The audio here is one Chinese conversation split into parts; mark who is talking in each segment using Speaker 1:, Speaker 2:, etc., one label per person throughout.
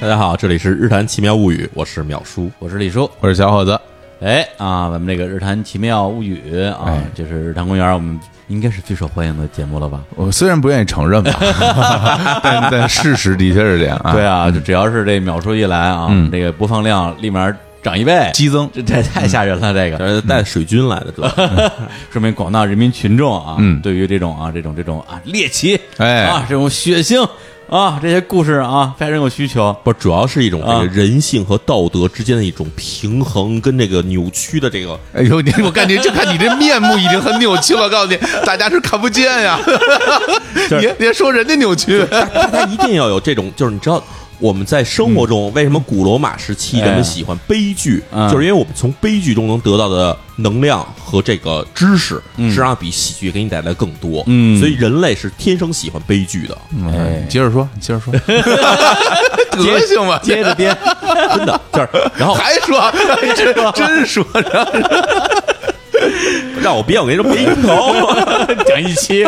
Speaker 1: 大家好，这里是《日谈奇妙物语》，我是淼叔。
Speaker 2: 我是李叔。
Speaker 3: 我是小伙子，
Speaker 2: 哎啊，我们这个《日谈奇妙物语》啊，
Speaker 3: 哎
Speaker 2: 就是《日坛公园》，我们应该是最受欢迎的节目了吧？
Speaker 3: 我虽然不愿意承认吧，但但事实的确是这样啊。
Speaker 2: 对，啊，就只要是这秒叔一来啊，
Speaker 3: 嗯
Speaker 2: 这个播放量立马涨一倍，
Speaker 3: 激增，嗯
Speaker 2: 这这太吓人了，这个
Speaker 1: 这是呃带水军来的，主要 是
Speaker 2: 说明广大人民群众啊，
Speaker 3: 嗯
Speaker 2: 对于这种啊这种这种啊猎奇，
Speaker 3: 哎
Speaker 2: 啊这种血腥啊这些故事啊，非常有需求。
Speaker 1: 不是主要是一种这
Speaker 2: 啊
Speaker 1: 个人性和道德之间的一种平衡，跟这个扭曲的这个
Speaker 3: 哎呦，你我感觉就看你这面目已经很扭曲了，我告诉你，大家是看不见呀，别别说人家扭曲，
Speaker 1: 大家一定要有这种，就是你知道。我们在生活中，为什么古罗马时期人
Speaker 2: 哎
Speaker 1: 们喜欢悲剧？
Speaker 2: 嗯
Speaker 1: 就是因为我们从悲剧中能得到的能量和这个知识，实际上比喜剧给你带来更多。
Speaker 2: 嗯
Speaker 1: 所以人类是天生喜欢悲剧的。
Speaker 2: 哎
Speaker 3: 你接着说，你接着说，德行吧，
Speaker 2: 接着编， 真的就是，然后
Speaker 3: 还说， 真真说，
Speaker 1: 让我编，我给你说没听 头。
Speaker 2: 讲一 期。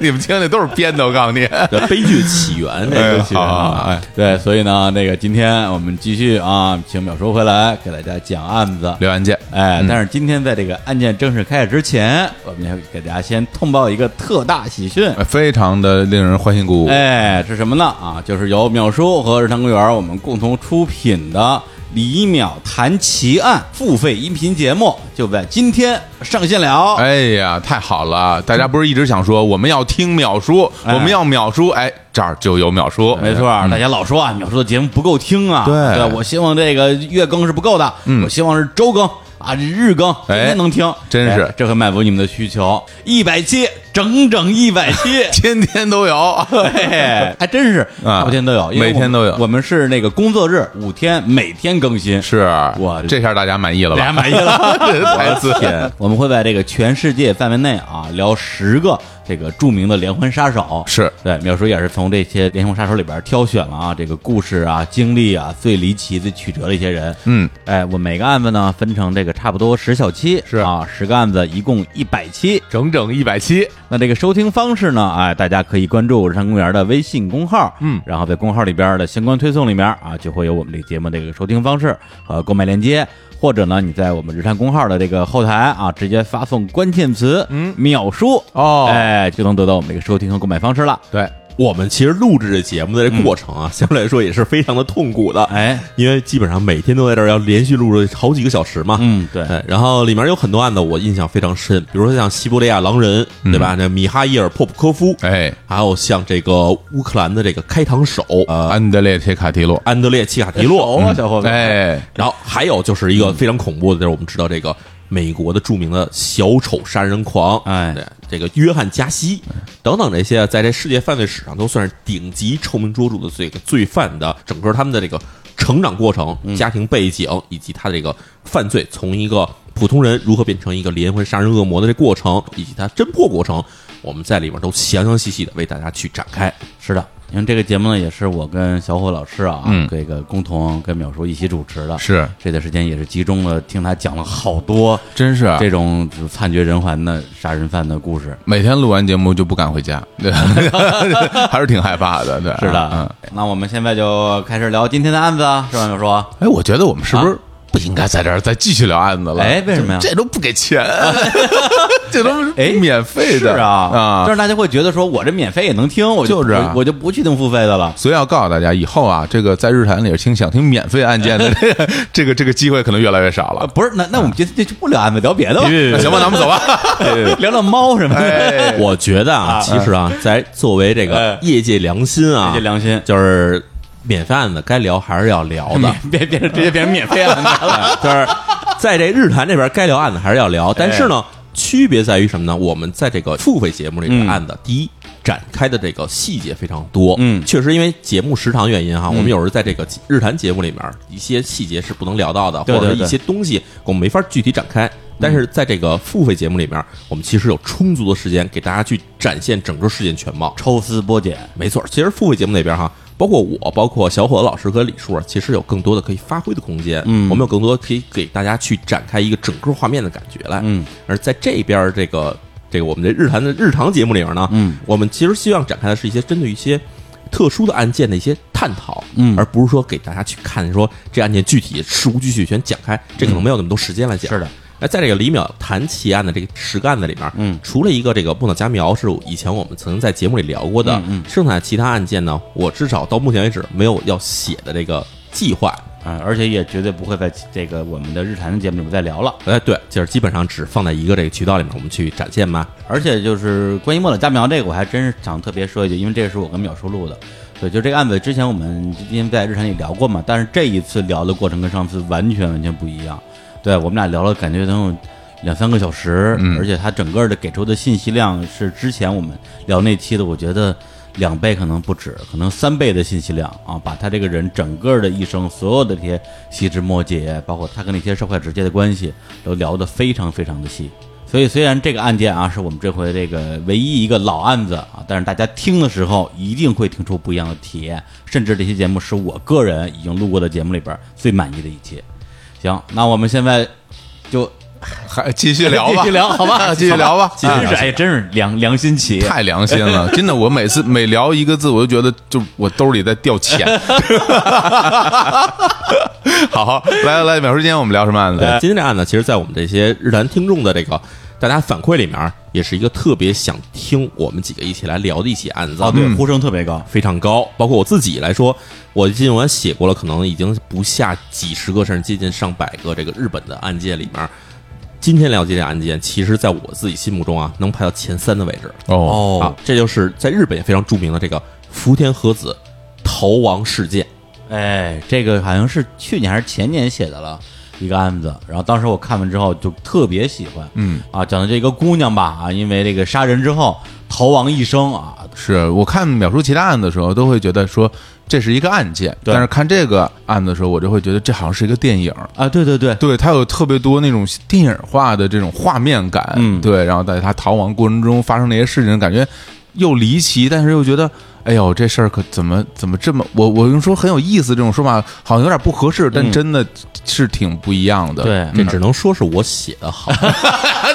Speaker 3: 你们听的都是编的，我告诉你，
Speaker 1: 对，悲剧起源这
Speaker 3: 哎
Speaker 1: 个
Speaker 3: 呀
Speaker 1: 东西
Speaker 3: 好好好，
Speaker 1: 啊，
Speaker 3: 哎，
Speaker 2: 对，所以呢，那个今天我们继续啊，请淼叔回来给大家讲案子。
Speaker 3: 刘安健，
Speaker 2: 哎，但是今天在这个案件正式开始之前，我们要给大家先通报一个特大喜讯。
Speaker 3: 哎非常的令人欢欣鼓舞，
Speaker 2: 哎，是什么呢？啊，就是由淼叔和日常公园我们共同出品的《李淼谈奇案》付费音频节目，就在今天上线了。
Speaker 3: 哎呀，太好了！大家不是一直想说我们要听秒叔，
Speaker 2: 哎
Speaker 3: 我们要秒叔，哎，这儿就有秒嗯叔，
Speaker 2: 没错，大家老说啊，淼叔的节目不够听啊。
Speaker 3: 对嗯
Speaker 2: 我希望这个月更是不够的，我希望是周更啊，日更，天天能听，
Speaker 3: 哎真是。
Speaker 2: 哎这会满足你们的需求。一百期，整整一百期
Speaker 3: 天天都 有。
Speaker 2: 对，还真是，
Speaker 3: 啊
Speaker 2: 每天都有，因为
Speaker 3: 每天都有
Speaker 2: 我们我们是那个工作日五天，每天更新，
Speaker 3: 是
Speaker 2: 我
Speaker 3: 这下大家满意了
Speaker 2: 大家
Speaker 3: 吧？。
Speaker 2: 满意了
Speaker 3: 这 台词，
Speaker 2: 我们会在这个全世界范围内啊，聊十个这个著名的连环杀手。
Speaker 3: 是
Speaker 2: 对，淼叔也是从这些连环杀手里边挑选了啊，这个故事啊、经历啊最离奇、最曲折的一些人。
Speaker 3: 嗯，
Speaker 2: 哎，我每个案子呢分成这个差不多十小期，
Speaker 3: 是
Speaker 2: 啊，十个案子一共一百期。
Speaker 3: 整整一百期，
Speaker 2: 那这个收听方式呢，哎，大家可以关注日常公园的微信公号，嗯，然后在公号里边的相关推送里面啊，就会有我们这个节目这个收听方式和购买链接。或者呢，你在我们日常公号的这个后台啊，直接发送关键词“嗯秒叔”
Speaker 3: 哦
Speaker 2: 哎，就能得到我们这个收听和购买方式了。
Speaker 3: 对，
Speaker 1: 我们其实录制这节目的这过程啊，相对来说也是非常的痛苦的，
Speaker 2: 哎，
Speaker 1: 因为基本上每天都在这儿要连续录制好几个小时嘛。
Speaker 2: 嗯对
Speaker 1: 哎然后里面有很多案子我印象非常深，比如说像西伯利亚狼人，
Speaker 2: 嗯
Speaker 1: 对吧？那米哈伊尔·珀普科夫，
Speaker 3: 哎，
Speaker 1: 还有像这个乌克兰的这个开膛手，呃，
Speaker 3: 哎安德烈·铁卡提洛，
Speaker 1: 安德烈·契卡迪
Speaker 2: 熟
Speaker 1: 洛，嗯
Speaker 2: 啊，小伙伴。
Speaker 3: 哎，
Speaker 1: 然后还有就是一个非常恐怖的，就是我们知道这个美国的著名的小丑杀人狂，
Speaker 2: 哎
Speaker 1: 对，这个约翰加西等等这些，在这世界犯罪史上都算是顶级臭名卓著的这个罪犯的整个他们的这个成长过程、家庭背景以及他这个犯罪从一个普通人如何变成一个连环杀人恶魔的这过程，以及他侦破过程，我们在里面都详详细细的为大家去展开。
Speaker 2: 哎是的，因为这个节目呢，也是我跟小虎老师啊，
Speaker 3: 嗯
Speaker 2: 这个共同跟淼叔一起主持的。
Speaker 3: 是
Speaker 2: 这段时间也是集中了听他讲了好多
Speaker 3: 真是啊
Speaker 2: 这种就是惨绝人寰的杀人犯的故事。
Speaker 3: 每天录完节目就不敢回 家， 对，还是挺害怕的，对，
Speaker 2: 是
Speaker 3: 嗯
Speaker 2: 的，，啊那我们现在就开始聊今天的案子啊，是吧，淼叔？
Speaker 3: 哎，我觉得我们是不是
Speaker 2: 啊
Speaker 3: 不应该在这儿再继续聊案子了？
Speaker 2: 哎为什么呀
Speaker 3: 这这都不给 钱，这都是
Speaker 2: 哎，
Speaker 3: 免费
Speaker 2: 是
Speaker 3: 的
Speaker 2: 啊
Speaker 3: 啊
Speaker 2: 但！是大家会觉得说我这免费也能听，我
Speaker 3: 就是啊
Speaker 2: 我我就不去听付费的了。
Speaker 3: 所以要告诉大家，以后啊，这个在日坛里听想听免费案 件的这个这个这个机会可能越来越少了。
Speaker 2: 呃，
Speaker 3: 啊
Speaker 2: 不是，那那我们今天就不聊案子，聊别的 吧，
Speaker 3: 那行吧，咱们走吧。
Speaker 2: 聊聊猫什么的，
Speaker 3: 哎，
Speaker 1: 我觉得啊，其实啊，在作为这个
Speaker 2: 哎
Speaker 1: 业界良心啊，
Speaker 2: 这些良心。
Speaker 1: 就是免费案子该聊还是要聊的，
Speaker 2: 别别直接变成免费案子 了。
Speaker 1: 就是在这日坛这边该聊案子还是要聊，但是呢，
Speaker 2: 哎
Speaker 1: 区别在于什么呢？我们在这个付费节目里的案子，第一。展开的这个细节非常多，
Speaker 2: 嗯
Speaker 1: 确实因为节目时长原因哈，我们有时候在这个日坛节目里面一些细节是不能聊到的，
Speaker 2: 对
Speaker 1: 或者
Speaker 2: 对嗯
Speaker 1: 是
Speaker 2: 对
Speaker 1: 一些东西我们没法具体展开。但是在这个付费节目里面，我们其实有充足的时间给大家去展现整个事件全貌。
Speaker 2: 抽丝剥茧，
Speaker 1: 没错，其实付费节目那边哈，包括我，包括小伙子老师和李叔啊，其实有更多的可以发挥的空间。嗯，我们有更多可以给大家去展开一个整个画面的感觉来。
Speaker 2: 嗯，
Speaker 1: 而在这边儿这个这个我们的日坛的日常节目里面呢，
Speaker 2: 嗯，
Speaker 1: 我们其实希望展开的是一些针对一些特殊的案件的一些探讨，
Speaker 2: 嗯
Speaker 1: 而不是说给大家去看说这案件具体事无巨细全讲开，这可能没有那么多时间来讲。
Speaker 2: 是的。
Speaker 1: 那在这个李淼谈奇案的这个十个案子里面，嗯，除了一个这个木岛佳苗是以前我们曾经在节目里聊过的，嗯，剩下的其他案件呢，我至少到目前为止没有要写的这个计划，
Speaker 2: 啊，而且也绝对不会在这个我们的日坛的节目里面再聊了。
Speaker 1: 哎，对，就是基本上只放在一个这个渠道里面我们去展现嘛。
Speaker 2: 而且就是关于莫老加苗这个，我还真是想特别说一句，因为这个是我跟淼叔录的。对，就这个案子，之前我们因为在日常里聊过嘛，但是这一次聊的过程跟上次完全完全不一样。对我们俩聊了，感觉能有两三个小时，而且他整个的给出的信息量是之前我们聊那期的，我觉得两倍可能不止，可能三倍的信息量啊，把他这个人整个的一生所有的这些细枝末节，包括他跟那些受害者之间的关系，都聊得非常非常的细。所以，虽然这个案件啊是我们这回这个唯一一个老案子啊，但是大家听的时候一定会听出不一样的体验，甚至这期节目是我个人已经录过的节目里边最满意的一期。行，那我们现在就
Speaker 3: 还继续聊吧，
Speaker 2: 继续聊好吧
Speaker 3: 继续 聊吧，
Speaker 2: 真
Speaker 3: 啊
Speaker 2: 是哎，真是良良心企业，
Speaker 3: 太良心 了，真的，我每次每聊一个字，我就觉得就我兜里在掉钱。 好，来来来，秒叔，今天我们聊什么案子？
Speaker 2: 哎呃
Speaker 1: 对，今天这案子，其实，在我们这些日坛听众的这个大家反馈里面，也是一个特别想听我们几个一起来聊的一起案子。
Speaker 2: 哦，对，呼声特别高，
Speaker 1: 非常高，包括我自己来说，我尽管写过了，可能已经不下几十个，甚至接近上百个这个日本的案件里面，今天了解这案件，其实在我自己心目中啊，能排到前三的位置。
Speaker 3: 哦，
Speaker 1: 啊，这就是在日本也非常著名的这个福田和子逃亡事件。
Speaker 2: 哎，这个好像是去年还是前年写的了。一个案子，然后当时我看完之后就特别喜欢，嗯啊，讲的这个姑娘吧啊，因为这个杀人之后逃亡一生啊，
Speaker 3: 是我看秒叔其他案子的时候，都会觉得说这是一个案件，
Speaker 2: 对
Speaker 3: 但是看这个案子的时候，我就会觉得这好像是一个电影。
Speaker 2: 啊，对对对，
Speaker 3: 对，它有特别多那种电影化的这种画面感，
Speaker 2: 嗯
Speaker 3: 对，然后在他逃亡过程中发生那些事情，感觉又离奇，但是又觉得，哎呦，这事儿可怎么怎么这么，我我用说很有意思这种说法，好像有点不合适，但真的是挺不一样的。。
Speaker 2: 嗯对
Speaker 1: 这只能说是我写的好，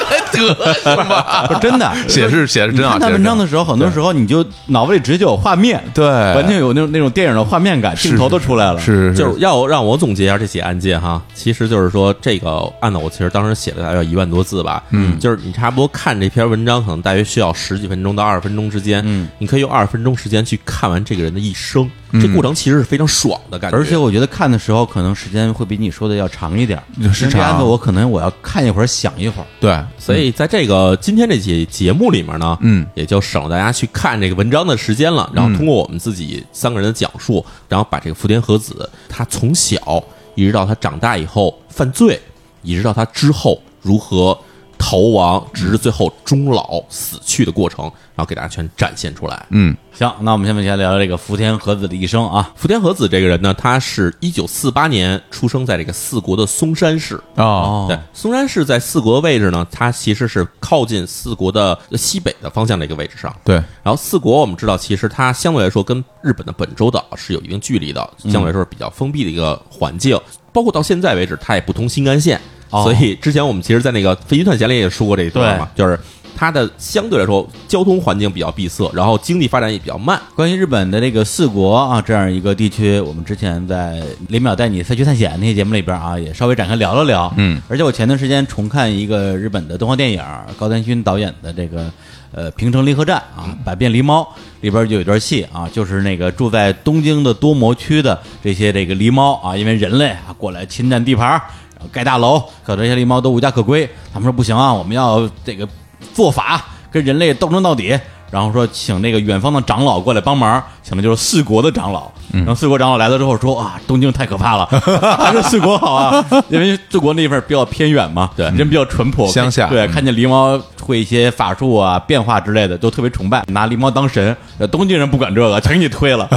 Speaker 2: 不是真的
Speaker 3: 嗯 写是写是
Speaker 2: 你
Speaker 3: 真好，啊
Speaker 2: 看他
Speaker 3: 写是真
Speaker 2: 文章
Speaker 3: 好
Speaker 2: 的时候，很多时候你就脑子里直接有画面，
Speaker 3: 对，
Speaker 2: 完全有那种那种电影的画面感，镜头都出来了。
Speaker 3: 哎是
Speaker 1: 就是是要让我总结一下这起案件哈，其实就是说这个案子我其实当时写了大约一万多字吧，嗯，就是你差不多看这篇文章可能大约需要十几分钟到二十分钟之间，嗯，你可以用二十分钟时间去看完这个人的一生，这过程其实是非常爽的感觉，
Speaker 2: 而且我觉得看的时候，可能时间会比你说的要长一点儿。
Speaker 3: 是啊
Speaker 2: 因为这案
Speaker 3: 长
Speaker 2: 子我可能我要看一会儿，想一会儿。
Speaker 3: 对，
Speaker 1: 所以在这个今天这期节目里面呢，
Speaker 3: 嗯，
Speaker 1: 也就省了大家去看这个文章的时间了。然后通过我们自己三个人的讲述，然后把这个福田和子他从小一直到他长大以后犯罪，一直到他之后如何逃亡，直至最后终老死去的过程，然后给大家全展现出来。
Speaker 3: 嗯
Speaker 2: 行，那我们下面先聊聊这个福田和子的一生啊。
Speaker 1: 福田和子这个人呢，他是一九四八年出生在这个四国的松山市，
Speaker 3: 哦，
Speaker 1: 对
Speaker 2: 对，，
Speaker 1: 松山市在四国位置呢，它其实是靠近四国的西北的方向的一个位置上。
Speaker 3: 对，
Speaker 1: 然后四国我们知道，其实它相对来说跟日本的本州岛是有一定距离的，相对来说是比较封闭的一个环境。包括到现在为止，它也不通新干线，
Speaker 2: 哦
Speaker 1: 所以之前我们其实，在那个《飞机探险》里也说过这一段嘛，就是它的相对来说交通环境比较闭塞，然后经济发展也比较慢。
Speaker 2: 关于日本的这个四国啊这样一个地区，我们之前在林淼带你赛区探险那些节目里边啊，也稍微展开聊了聊。
Speaker 3: 嗯，
Speaker 2: 而且我前段时间重看一个日本的动画电影，高田勋导演的这个呃《平城离合战》啊，《百变狸猫》里边就有一段戏啊，就是那个住在东京的多摩区的这些这个狸猫啊，因为人类啊过来侵占地盘儿。然后盖大楼，可这些狸猫都无家可归。他们说不行啊，我们要这个做法，跟人类斗争到底。然后说请那个远方的长老过来帮忙，请的就是四国的长老。
Speaker 3: 嗯
Speaker 2: 然后四国长老来了之后说啊，东京太 可怕了，还是四国好啊，因为四国那边比较偏远嘛，对，人比较淳朴，
Speaker 3: 乡下
Speaker 2: 对，
Speaker 3: 嗯
Speaker 2: 看见狸猫会一些法术啊、变化之类的，都特别崇拜，拿狸猫当神。呃东京人不管这个，全给你 推了。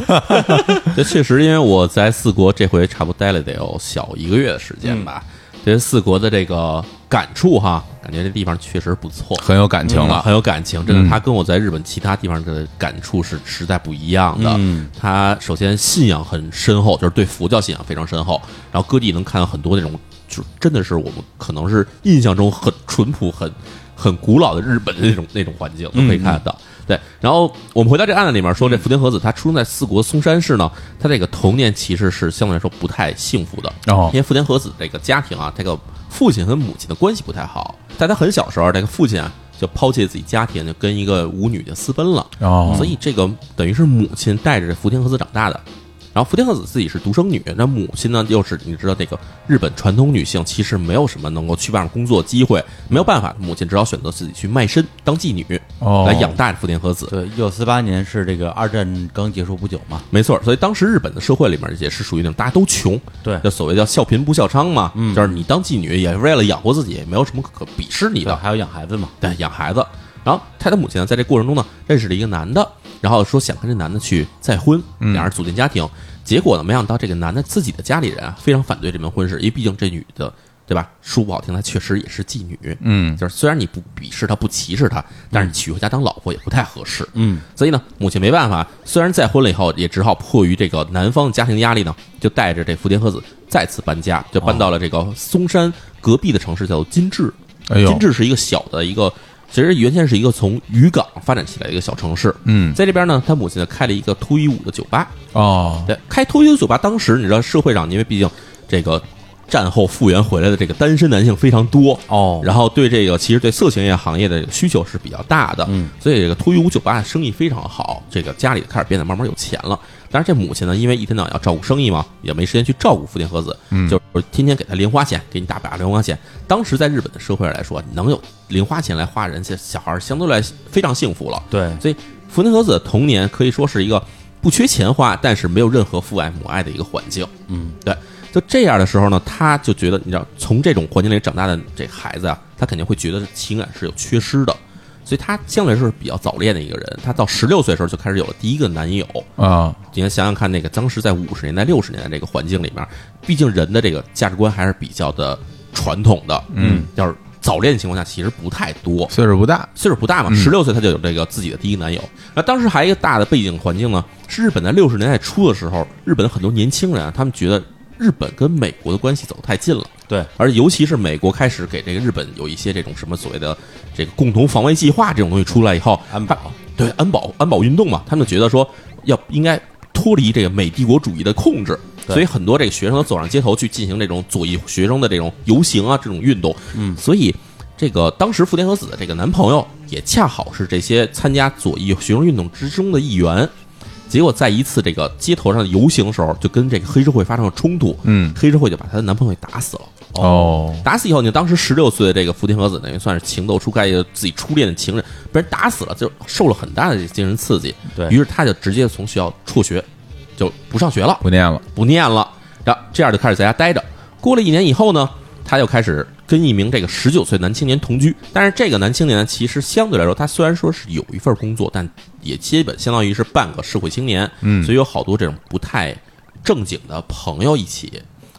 Speaker 1: 这确实，因为我在四国这回差不多待了得有小一个月的时间吧，对四国的这个感触哈，感觉这地方确实不错，
Speaker 3: 很有感情
Speaker 1: 啊，
Speaker 3: 了，嗯
Speaker 1: 很有感情。真的，他跟我在日本其他地方的感触是实在不一样的。
Speaker 3: 嗯
Speaker 1: 他首先信仰很深厚，就是对佛教信仰非常深厚，然后各地能看到很多那种，就是真的是我们可能是印象中很淳朴、很很古老的日本的那种那 种环境，
Speaker 3: 嗯
Speaker 1: 都可以看得到。对，然后我们回到这案子里面说，这福田和子她出生在四国松山市呢，她这个童年其实是相对来说不太幸福的。
Speaker 3: 哦
Speaker 1: 因为福田和子这个家庭啊，这个父亲和母亲的关系不太好，在她很小时候，这个父亲啊就抛弃了自己家庭，就跟一个舞女就私奔了。
Speaker 3: 哦
Speaker 1: 所以这个等于是母亲带着福田和子长大的。然后福田和子自己是独生女，那母亲呢又是你知道这个日本传统女性其实没有什么能够去外面工作机会，没有办法，母亲只好选择自己去卖身当妓女，
Speaker 3: 哦
Speaker 1: 来养大福田和子。
Speaker 2: 对，一九四八年是这个二战刚结束不久 嘛，
Speaker 1: 没错，所以当时日本的社会里面也是属于那种大家都穷，
Speaker 2: 对
Speaker 1: 就所谓叫孝贫不孝娼嘛，就是你当妓女也是为了养活自己，也没有什么可鄙视你的，
Speaker 2: 还有养孩子嘛，
Speaker 1: 对，养孩子。然后他的母亲呢，在这过程中呢，认识了一个男的，然后说想跟这男的去再婚，两人组建家庭。结果呢，没想到这个男的自己的家里人啊，非常反对这门婚事，因为毕竟这女的，对吧？说不好听，她确实也是妓女，
Speaker 3: 嗯
Speaker 1: 就是虽然你不鄙视她、不歧视她，但是你娶回家当老婆也不太合适。
Speaker 2: 嗯，
Speaker 1: 所以呢，母亲没办法，虽然再婚了以后，也只好迫于这个男方家庭压力呢，就带着这福田和子再次搬家，就
Speaker 3: 哦
Speaker 1: 搬到了这个松山隔壁的城市，叫做金治。
Speaker 3: 哎呦
Speaker 1: 金治是一个小的一个，其实原先是一个从渔港发展起来的一个小城市。
Speaker 3: 嗯
Speaker 1: 在这边呢，他母亲呢开了一个脱衣舞的酒吧，
Speaker 3: 哦
Speaker 1: 对，开脱衣舞酒吧，当时你知道社会上，因为毕竟这个战后复员回来的这个单身男性非常多
Speaker 2: 哦
Speaker 1: 然后对这个其实对色情业行业的这个需求是比较大的，嗯，所以这个脱衣舞酒吧的生意非常好，这个家里开始变得慢慢有钱了。但是这母亲呢，因为一天到晚要照顾生意嘛，也没时间去照顾福田和子，嗯，就是天天给他零花钱，给你大把零花钱。当时在日本的社会来说，能有零花钱来花人家小孩儿相对来非常幸福了，
Speaker 2: 对
Speaker 1: 所以福田和子的童年可以说是一个不缺钱花，但是没有任何父爱母爱的一个环境。嗯，对。就这样的时候呢，他就觉得，你知道，从这种环境里长大的这孩子啊，他肯定会觉得情感是有缺失的，所以他相对来说是比较早恋的一个人。他到十六岁的时候就开始有了第一个男友，
Speaker 3: 啊
Speaker 1: 你要想想看，那个当时在五十年代、六十年代这个环境里面，毕竟人的这个价值观还是比较的传统的，嗯，要是早恋的情况下其实不太多，
Speaker 3: 岁数不大
Speaker 1: 岁数不大嘛，十六岁他就有这个自己的第一男友。那当时还有一个大的背景环境呢，啊是日本在六十年代初的时候，日本很多年轻人啊，他们觉得日本跟美国的关系走得太近了。
Speaker 2: 对，
Speaker 1: 而尤其是美国开始给这个日本有一些这种什么所谓的这个共同防卫计划这种东西出来以后，
Speaker 2: 安保
Speaker 1: 他对安保安保运动嘛，他们觉得说要应该脱离这个美帝国主义的控制，
Speaker 2: 对
Speaker 1: 所以很多这个学生都走上街头去进行这种左翼学生的这种游行啊这种运动，嗯，所以。这个当时福田和子的这个男朋友也恰好是这些参加左翼学生运动之中的一员，结果在一次这个街头上的游行的时候，就跟这个黑社会发生了冲突，
Speaker 3: 嗯
Speaker 1: 黑社会就把她的男朋友给打死了。
Speaker 3: 哦
Speaker 1: 打死以后呢，当时十六岁的这个福田和子等于算是情窦初开，也就自己初恋的情人被人打死了，就受了很大的精神刺激。
Speaker 2: 对
Speaker 1: 于是，他就直接从学校辍学，就不上学了，
Speaker 3: 不念了
Speaker 1: 不念了。然后这样就开始在家待着。过了一年以后呢，他又开始跟一名这个十九岁男青年同居。但是这个男青年呢，其实相对来说，他虽然说是有一份工作，但也基本相当于是半个社会青年。嗯，所以有好多这种不太正经的朋友一起，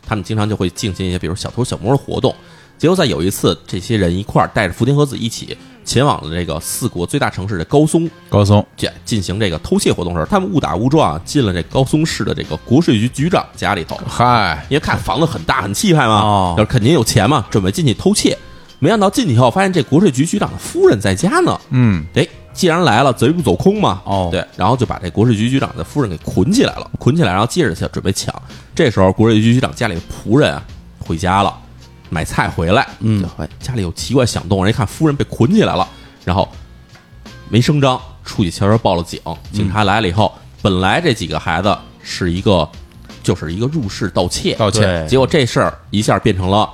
Speaker 1: 他们经常就会进行一些比如小偷小摸的活动。结果在有一次，这些人一块儿带着福田和子一起前往了这个四国最大城市的高松，
Speaker 3: 高松
Speaker 1: 这进行这个偷窃活动时候，他们误打误撞啊进了这高松市的这个国税局局长家里头，
Speaker 3: 嗨
Speaker 1: 因为看房子很大很气派嘛，
Speaker 2: 哦
Speaker 1: 就是肯定有钱嘛，准备进去偷窃。没想到进去以后，发现这国税局局长的夫人在家呢。
Speaker 3: 嗯
Speaker 1: 哎，既然来了，贼不走空嘛。
Speaker 2: 哦
Speaker 1: 对，然后就把这国税局局长的夫人给捆起来了，捆起来，然后接着就准备抢。这时候，国税局局长家里的仆人啊回家了，买菜回来，
Speaker 2: 嗯
Speaker 1: 就哎家里有奇怪响动，人一看夫人被捆起来了，然后没声张，出去悄悄报了警。警察来了以后，本来这几个孩子是一个，就是一个入室盗窃，
Speaker 3: 道歉
Speaker 2: 对
Speaker 1: 结果这事儿一下变成了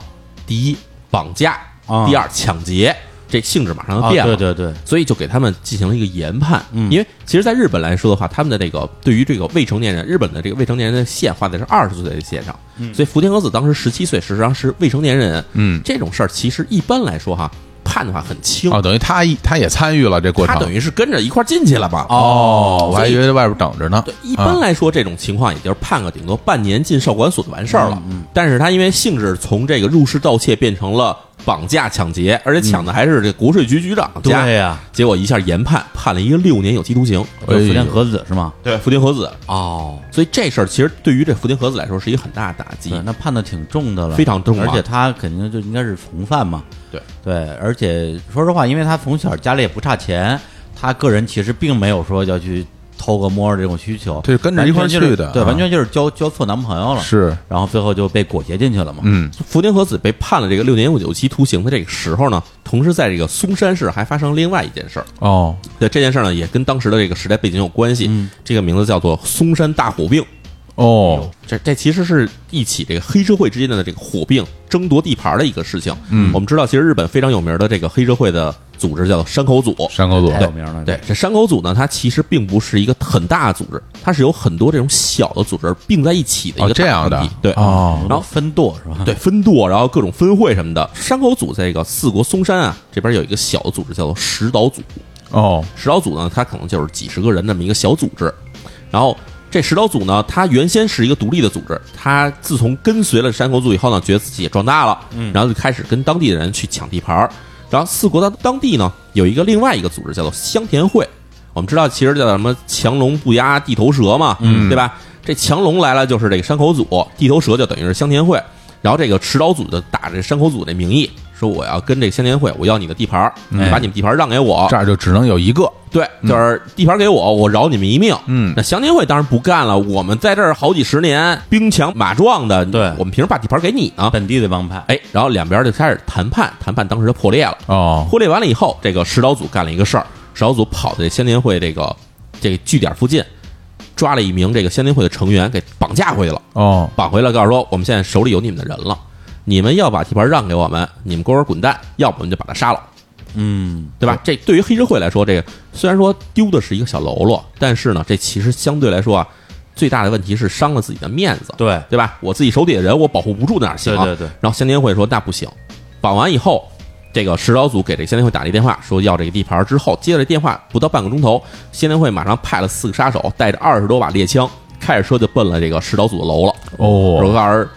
Speaker 1: 第一绑架，
Speaker 2: 啊
Speaker 1: 第二抢劫，这性质马上就
Speaker 2: 啊，
Speaker 1: 变了。
Speaker 2: 对对对，
Speaker 1: 所以就给他们进行了一个研判，
Speaker 3: 嗯
Speaker 1: 因为其实，在日本来说的话，他们的这个对于这个未成年人，日本的这个未成年人的线画在是二十岁的线上，所以福田和子当时十七岁，实际上是未成年人，
Speaker 3: 嗯
Speaker 1: 这种事儿其实一般来说哈，判的话很轻，
Speaker 3: 哦等于他一他也参与了这过
Speaker 1: 他
Speaker 3: 程
Speaker 1: 等于是跟着一块儿进去了吧？
Speaker 3: 哦我还
Speaker 1: 所以
Speaker 3: 以为在外边等着呢
Speaker 1: 对，一般
Speaker 3: 啊
Speaker 1: 来说，这种情况也就是判个顶
Speaker 2: 嗯
Speaker 1: 多半年进少管所就完事儿了。但是他因为性质从这个入室盗窃变成了绑架、抢劫，而且抢的还是这国税局局长家。
Speaker 2: 嗯对呀，
Speaker 1: 结果一下研判判了一个六年有期徒刑，
Speaker 3: 哎
Speaker 2: 有福建
Speaker 3: 呦
Speaker 2: 和子是吗？
Speaker 1: 对，福田和子。
Speaker 2: 哦，
Speaker 1: 所以这事儿其实对于这福田和子来说是一个很大的打击
Speaker 2: 对，。那判的挺重的了，
Speaker 1: 非常重啊
Speaker 2: 而且他肯定就应该是从犯嘛。
Speaker 1: 对
Speaker 2: 对，而且说实话，因为他从小家里也不差钱，他个人其实并没有说要去偷个摸的这种需求，
Speaker 3: 对跟着一块儿去的
Speaker 2: 完全就是对，
Speaker 3: 啊
Speaker 2: 完全就是交交错男朋友了，
Speaker 3: 是，
Speaker 2: 然后最后就被裹挟进去了嘛。
Speaker 3: 嗯，
Speaker 1: 福田和子被判了这个六年有期徒刑的这个时候呢，同时在这个松山市还发生另外一件事儿。
Speaker 3: 哦，
Speaker 1: 对这件事儿呢，也跟当时的这个时代背景有关系。
Speaker 2: 嗯
Speaker 1: 这个名字叫做松山大火并。
Speaker 3: 哦，
Speaker 1: 这这其实是一起这个黑社会之间的这个火并争夺地盘的一个事情。嗯，我们知道，其实日本非常有名的这个黑社会的组织叫做山口组。
Speaker 3: 山口组
Speaker 2: 太，有名了，
Speaker 1: 对，这山口组呢，它其实并不是一个很大的组织，它是有很多这种小的组织并在一起的一
Speaker 3: 哦
Speaker 1: 个
Speaker 3: 这
Speaker 1: 大
Speaker 3: 样的
Speaker 1: 团体对，
Speaker 3: 哦
Speaker 1: 然后
Speaker 2: 分舵是吧？
Speaker 1: 对分舵，然后各种分会什么的。山口组在这个四国松山啊这边有一个小的组织叫做石岛组，
Speaker 3: 哦，
Speaker 1: 石岛组呢，它可能就是几十个人那么一个小组织。然后这石岛组呢，它原先是一个独立的组织，它自从跟随了山口组以后呢，觉得自己也壮大了，嗯，然后就开始跟当地的人去抢地盘儿。然后四国的当地呢，有一个另外一个组织叫做香田会，我们知道其实叫什么强龙不压地头蛇嘛，嗯，对吧？这强龙来了就是这个山口组，地头蛇就等于是香田会。然后这个石岛组就打着山口组的名义，说我要跟这个香田会，我要你的地盘儿，你把你们地盘儿让给我，
Speaker 3: 这儿就只能有一个，
Speaker 1: 对，就是地盘给我，我饶你们一命。
Speaker 3: 嗯
Speaker 1: 那祥天会当然不干了，我们在这儿好几十年，兵强马壮的，
Speaker 2: 对
Speaker 1: 我们凭什么把地盘给你呢？
Speaker 2: 本地的帮派，
Speaker 1: 哎，然后两边就开始谈判，谈判当时就破裂了。
Speaker 3: 哦，
Speaker 1: 破裂完了以后，这个石岛组干了一个事儿，石岛组跑到这香田会这个这个据点附近，抓了一名这个香田会的成员，给绑架回去了。
Speaker 3: 哦，
Speaker 1: 绑回来，告诉说我们现在手里有你们的人了，你们要把地盘让给我们，你们给我滚蛋，要不我们就把他杀了。
Speaker 2: 嗯，
Speaker 1: 对吧？这对于黑社会来说，这个虽然说丢的是一个小喽啰，但是呢，这其实相对来说啊，最大的问题是伤了自己的面子，
Speaker 2: 对，
Speaker 1: 对吧？我自己手底下人，我保护不住哪行啊？
Speaker 2: 对对对。
Speaker 1: 然后香天会说那不行，绑完以后，这个石岛组给这个香天会打了一电话，说要这个地盘之后，接了这电话不到半个钟头，香天会马上派了四个杀手，带着二十多把猎枪，开着车就奔了这个石岛组的楼了。
Speaker 3: 哦，
Speaker 1: 我告诉人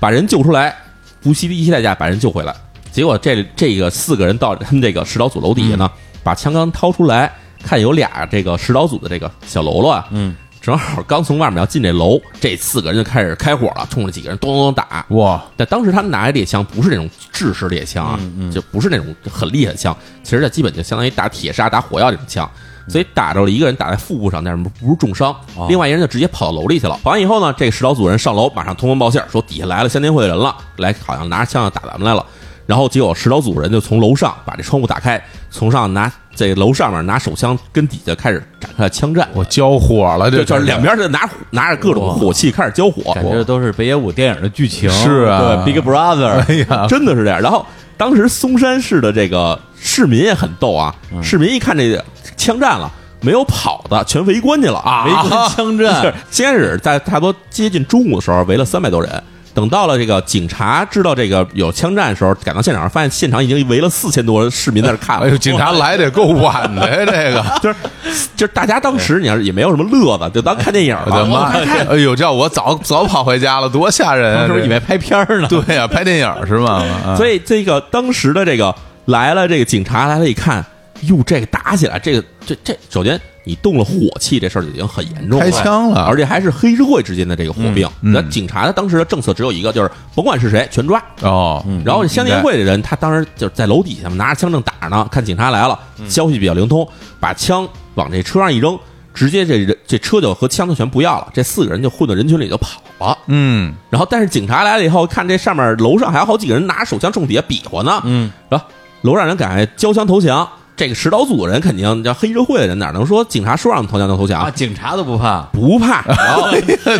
Speaker 1: 把人救出来，不惜一切代价把人救回来。结果这这个四个人到他们这个石岛组楼底下呢，把枪刚掏出来，看有俩这个石岛组的这个小喽啰啊，
Speaker 2: 嗯，
Speaker 1: 正好刚从外面要进这楼，这四个人就开始开火了，冲着几个人咚咚咚打。
Speaker 3: 哇，
Speaker 1: 但当时他们拿的猎枪不是那种制式猎枪啊，就不是那种很厉害的枪，其实这基本就相当于打铁砂、打火药这种枪，所以打着了一个人打在腹部上，但是不是重伤，
Speaker 2: 哦
Speaker 1: 另外一人就直接跑到楼里去了。跑完以后呢，这石岛组人上楼，马上通风报信儿，说底下来了香天会的人了，来好像拿着枪要打咱们来了。然后结果石岛组人就从楼上把这窗户打开，从上拿这楼上面拿手枪跟底下开始展开了枪战，
Speaker 3: 我交火了，这
Speaker 1: 就就是两边就拿拿着各种火器开始交火，
Speaker 2: 感觉都是北野武电影的剧情，
Speaker 3: 是啊
Speaker 2: 对，Big Brother，
Speaker 3: 哎呀，
Speaker 1: 真的是这样。然后当时松山市的这个市民也很逗啊，市民一看这个枪战了，没有跑的，全围观去了啊
Speaker 2: 围观枪 战
Speaker 1: 是，先是在差不多接近中午的时候，围了三百多人。等到了这个警察知道这个有枪战的时候，赶到现场，发现现场已经围了四千多人市民在那看了。
Speaker 3: 哎呦，警察来得够晚的呀，这个。
Speaker 1: 就是就是大家当时你要是也没有什么乐子，就当看电影
Speaker 3: 我的
Speaker 1: 了。
Speaker 3: 妈！哎呦，这要我早早跑回家了，多吓人啊！
Speaker 2: 是不是
Speaker 3: 这
Speaker 2: 以为拍片儿呢？
Speaker 3: 对呀、拍电影 是吗？啊
Speaker 1: 所以这个当时的这个来了，这个警察来了一看，哟，这个打起来，这个这这，首先你动了火器，这事儿就已经很严重了，
Speaker 3: 开枪了
Speaker 1: 而且还是黑社会之间的这个火并。
Speaker 3: 嗯嗯
Speaker 1: 那警察当时的政策只有一个，就是甭管是谁全抓。
Speaker 3: 哦，
Speaker 1: 然后香田会的人，他当时就是在楼底下嘛，拿着枪正打着呢，看警察来了，
Speaker 3: 嗯
Speaker 1: 消息比较灵通，把枪往这车上一扔，直接这人这车就和枪就全不要了，这四个人就混到人群里就跑了。
Speaker 3: 嗯，
Speaker 1: 然后，但是警察来了以后，看这上面楼上还有好几个人拿手枪冲底下比划呢。
Speaker 2: 嗯，
Speaker 1: 然后楼上人赶快交枪投降。这个石岛组的人肯定，这黑社会的人哪能说警察说让投降就投降？
Speaker 2: 啊，警察都不怕，
Speaker 1: 不怕，然后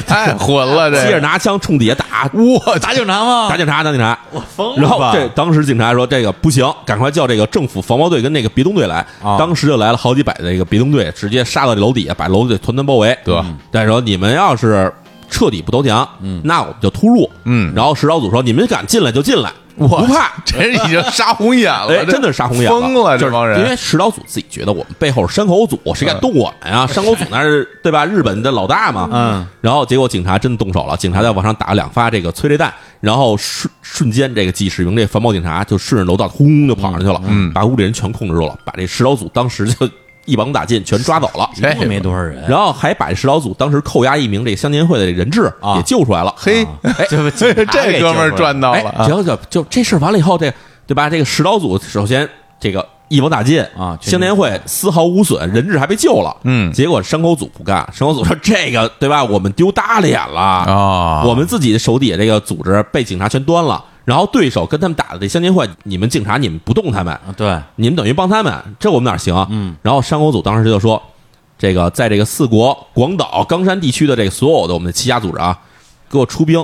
Speaker 3: 太混了，这
Speaker 1: 接着拿枪冲底下打，
Speaker 3: 我
Speaker 2: 打警察吗？
Speaker 1: 打警察，打警察。
Speaker 2: 我疯
Speaker 1: 然
Speaker 2: 了
Speaker 1: 后
Speaker 2: 吧！
Speaker 1: 这当时警察说这个不行，赶快叫这个政府防暴队跟那个别动队来。
Speaker 2: 啊
Speaker 1: 当时就来了好几百的这个别动队，直接杀到这楼底下，把楼给团团包围。
Speaker 3: 得
Speaker 1: 再说你们要是彻底不投降，嗯，那我们就突入。
Speaker 3: 嗯
Speaker 1: 然后石岛组说你们敢进来就进来，
Speaker 3: 我不怕，这人已经杀红眼了，
Speaker 1: 哎，
Speaker 3: 这
Speaker 1: 真的是杀红眼
Speaker 3: 疯了
Speaker 1: 就是
Speaker 3: 这帮人，
Speaker 1: 因为石岛组自己觉得我们背后是山口组，谁敢动我们
Speaker 3: 嗯
Speaker 1: 呀？山口组那是对吧？日本的老大嘛。
Speaker 2: 嗯。
Speaker 1: 然后结果警察真的动手了，警察在往上打了两发这个催泪弹，然后瞬瞬间这个纪世明这反暴警察就顺着楼道轰就跑上去了，嗯，把屋里人全控制住了，把这石岛组当时就一网打尽，全抓走了。
Speaker 3: 这
Speaker 2: 没多少人，
Speaker 1: 然后还把石岛组当时扣押一名这个乡间会的人质
Speaker 2: 啊
Speaker 1: 也救出来了，
Speaker 3: 嘿，
Speaker 2: 这
Speaker 3: 这哥们儿赚到
Speaker 1: 啊哎，
Speaker 3: 了啊，
Speaker 1: 行行，就这事儿完了以后，这对吧？这个石岛组首先这个一网打尽
Speaker 2: 啊全
Speaker 1: 青年会丝毫无损，人质还被救了。
Speaker 3: 嗯
Speaker 1: 结果山口组不干，山口组说这个对吧？我们丢大脸了
Speaker 3: 啊
Speaker 1: 我们自己的手底下这个组织被警察全端了，然后对手跟他们打的这乡间会，你们警察你们不动他们，
Speaker 2: 啊对，
Speaker 1: 你们等于帮他们，这我们哪行？嗯，然后山口组当时就说，这个在这个四国、广岛、冈山地区的这个所有的我们的七家组织啊，给我出兵，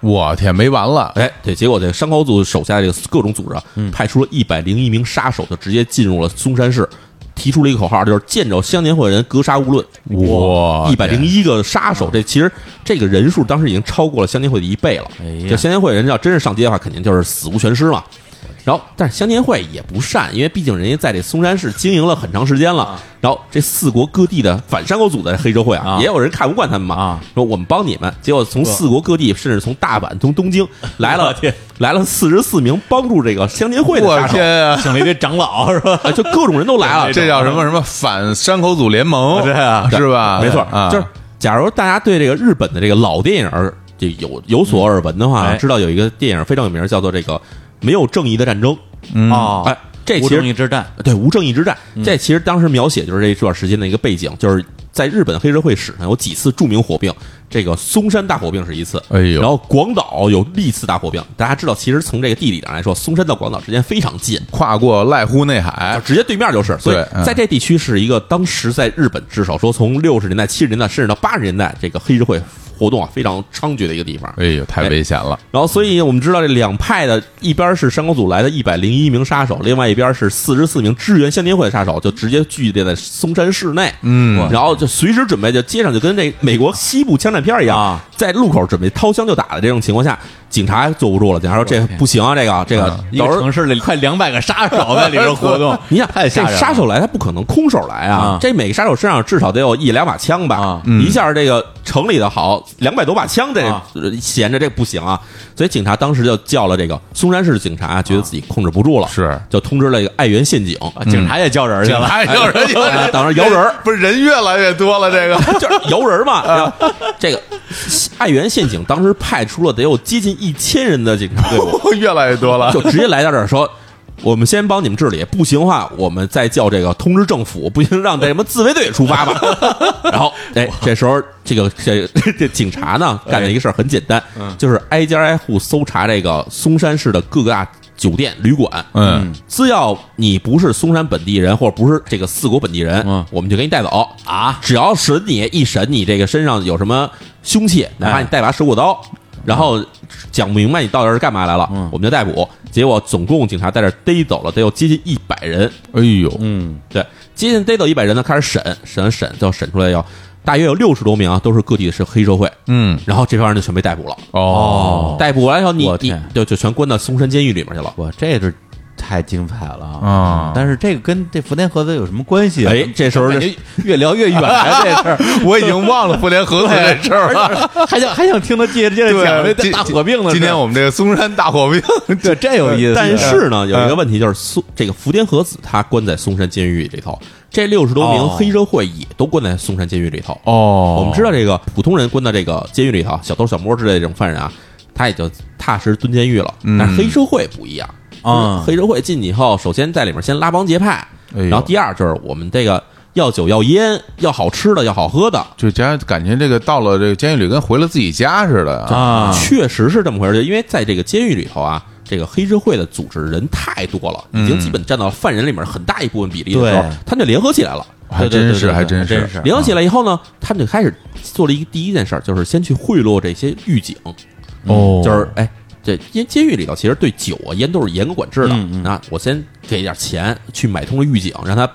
Speaker 3: 我天，没完了，
Speaker 1: 哎，对，结果这个山口组手下这个各种组织啊，
Speaker 2: 嗯
Speaker 1: 派出了一百零一名杀手，就直接进入了松山市，提出了一个口号，就是见着乡间会人格杀勿论。
Speaker 3: 哇
Speaker 1: 一百零一个杀手，这其实这个人数当时已经超过了乡间会的一倍了
Speaker 2: 哎。呀
Speaker 1: 这乡间会人要真是上街的话，肯定就是死无全尸嘛。然后，但是乡间会也不善，因为毕竟人家在这松山市经营了很长时间
Speaker 3: 啊
Speaker 1: 了。然后，这四国各地的反山口组的黑社会啊
Speaker 2: 啊，
Speaker 1: 也有人看不惯他们嘛
Speaker 2: 啊，
Speaker 1: 说我们帮你们。结果从四国各地，甚至从大阪、从东 京来
Speaker 2: 我
Speaker 1: 了
Speaker 2: 天
Speaker 1: 来了四十四名帮助这个乡间会的
Speaker 3: 我
Speaker 1: 杀手
Speaker 3: 天，啊，
Speaker 2: 请了一堆长老是吧？
Speaker 1: 啊就各种人都来了。
Speaker 3: 这叫什么什么反山口组联盟，
Speaker 2: 对啊
Speaker 3: 是吧？
Speaker 1: 没错，
Speaker 3: 啊，
Speaker 1: 就是假如大家对这个日本的这个老电影儿就有有所耳闻的
Speaker 2: 嗯
Speaker 1: 话，
Speaker 2: 哎
Speaker 1: 知道有一个电影非常有名，叫做这个《没有正义的战争》。
Speaker 3: 嗯
Speaker 2: 哦，
Speaker 1: 哎，这
Speaker 2: 无
Speaker 1: 其实
Speaker 2: 证一之战，
Speaker 1: 对无正义之战，这其实当时描写就是这段时间的一个背景，就是在日本黑社会史上有几次著名火并，这个松山大火并是一次，
Speaker 3: 哎呦
Speaker 1: 然后广岛有历次大火并，大家知道，其实从这个地理上来说，松山到广岛之间非常近。
Speaker 3: 跨过濑户内海
Speaker 1: 啊，，直接对面就是，所以
Speaker 3: 对嗯
Speaker 1: 在这地区是一个当时在日本至少说从六十年代、七十年代甚至到八十年代，这个黑社会活动啊非常猖獗的一个地方。
Speaker 3: 哎呦，太危险了，
Speaker 1: 然后，所以我们知道这两派的，一边是山口组来的一百零一名杀手，另外一边是四十四名支援乡间会的杀手，就直接聚集在松山市内。
Speaker 3: 嗯，
Speaker 1: 然后就随时准备，就街上就跟那美国西部枪战片一样，
Speaker 2: 啊
Speaker 1: 在路口准备掏枪就打的这种情况下，警察坐不住了，警察说这不行啊，这个这个
Speaker 2: 一
Speaker 1: 到
Speaker 2: 个
Speaker 1: 时候，
Speaker 2: 城市里快两百个杀手在里边活 动
Speaker 1: 你想，
Speaker 2: 太吓人
Speaker 1: 这
Speaker 2: 了
Speaker 1: 杀手来，他不可能空手来啊！
Speaker 2: 啊
Speaker 1: 这每个杀手身上至少得有一两把枪吧？
Speaker 2: 啊
Speaker 1: 一下这个城里的好两百多把枪这，
Speaker 2: 啊
Speaker 1: 闲着这不行啊！所以警察当时就叫了这个松山市的警察，觉得自己控制不住了，
Speaker 3: 是
Speaker 1: 就通知了一个爱媛陷阱，
Speaker 2: 啊警察也叫人去了，
Speaker 3: 哎呦， 人
Speaker 1: 哎
Speaker 3: 家
Speaker 1: 当然摇人儿，
Speaker 3: 不是人越来越多了，这个
Speaker 1: 就是摇人 嘛。然后这个爱媛陷阱当时派出了得有接近一千人的警察队伍，
Speaker 3: 越来越多了，
Speaker 1: 就直接来到这儿说。我们先帮你们治理，不行的话，我们再叫这个通知政府，不行让这什么自卫队出发吧。然后，哎，这时候这个这这警察呢干了一个事儿很简单，就是挨家挨户搜查这个松山市的各个大酒店旅馆，
Speaker 3: 嗯，
Speaker 1: 只要你不是松山本地人或者不是这个四国本地人，
Speaker 2: 嗯
Speaker 1: 我们就给你带走啊。只要审你一审你这个身上有什么凶器，哪怕你带把手果刀，然后讲不明白你到底是干嘛来了，我们就逮捕。结果总共警察在这儿逮走了得有接近一百人，
Speaker 3: 哎呦，
Speaker 2: 嗯，
Speaker 1: 对，接近逮走一百人呢，开始审审审，就审出来要大约有六十多名啊，都是各地的是黑社会，
Speaker 3: 嗯，
Speaker 1: 然后这帮人就全被逮捕了。
Speaker 3: 哦，
Speaker 1: 逮捕完以后，你
Speaker 2: 我
Speaker 1: 你
Speaker 2: 天
Speaker 1: 就就全关到松山监狱里面去了。
Speaker 2: 哇，这是太精彩了
Speaker 3: 啊
Speaker 2: 但是这个跟这福田和子有什么关系啊？
Speaker 1: 哎这时候
Speaker 2: 感
Speaker 1: 这
Speaker 2: 觉越聊越远 啊，这事儿。
Speaker 3: 我已经忘了复联合作这事儿了。
Speaker 2: 还想还想听他接着接着讲
Speaker 3: 对，
Speaker 2: 这
Speaker 3: 啊
Speaker 2: 大
Speaker 3: 今
Speaker 2: 大火并的事儿
Speaker 3: 今天我们这个松山大火并，
Speaker 2: 这这有意思，
Speaker 1: 但是呢，有一个问题就是松这个福田和子他关在松山监狱里头，这六十多名
Speaker 2: 哦
Speaker 1: 黑社会也都关在松山监狱里头。
Speaker 3: 哦
Speaker 1: 我们知道这个普通人关到这个监狱里头，小偷小摸之类的这种犯人啊，他也就踏实蹲监狱了。
Speaker 3: 嗯
Speaker 1: 但是黑社会不一样
Speaker 2: 啊
Speaker 1: 黑社会进去以后，首先在里面先拉帮结派，
Speaker 3: 哎呦
Speaker 1: 然后第二就是我们这个要酒要烟，要好吃的，要好喝的。
Speaker 3: 就家感觉这个到了这个监狱里跟回了自己家似的啊，
Speaker 2: 啊，
Speaker 1: 确实是这么回事，因为在这个监狱里头啊，这个黑社会的组织人太多了，已经基本占到犯人里面很大一部分比例的时候
Speaker 2: 对，
Speaker 1: 他们就联合起来了。
Speaker 3: 还真是
Speaker 2: 对对对对
Speaker 3: 还
Speaker 2: 对
Speaker 3: 真是
Speaker 2: 真是
Speaker 1: 联合起来以后呢，他们就开始做了一个第一件事儿，就是先去贿赂这些狱警，
Speaker 3: 哦
Speaker 1: 就是哎。这监监狱里头其实对酒啊烟都是严格管制的，
Speaker 3: 嗯
Speaker 1: 啊，我先给点钱去买通了狱警，让他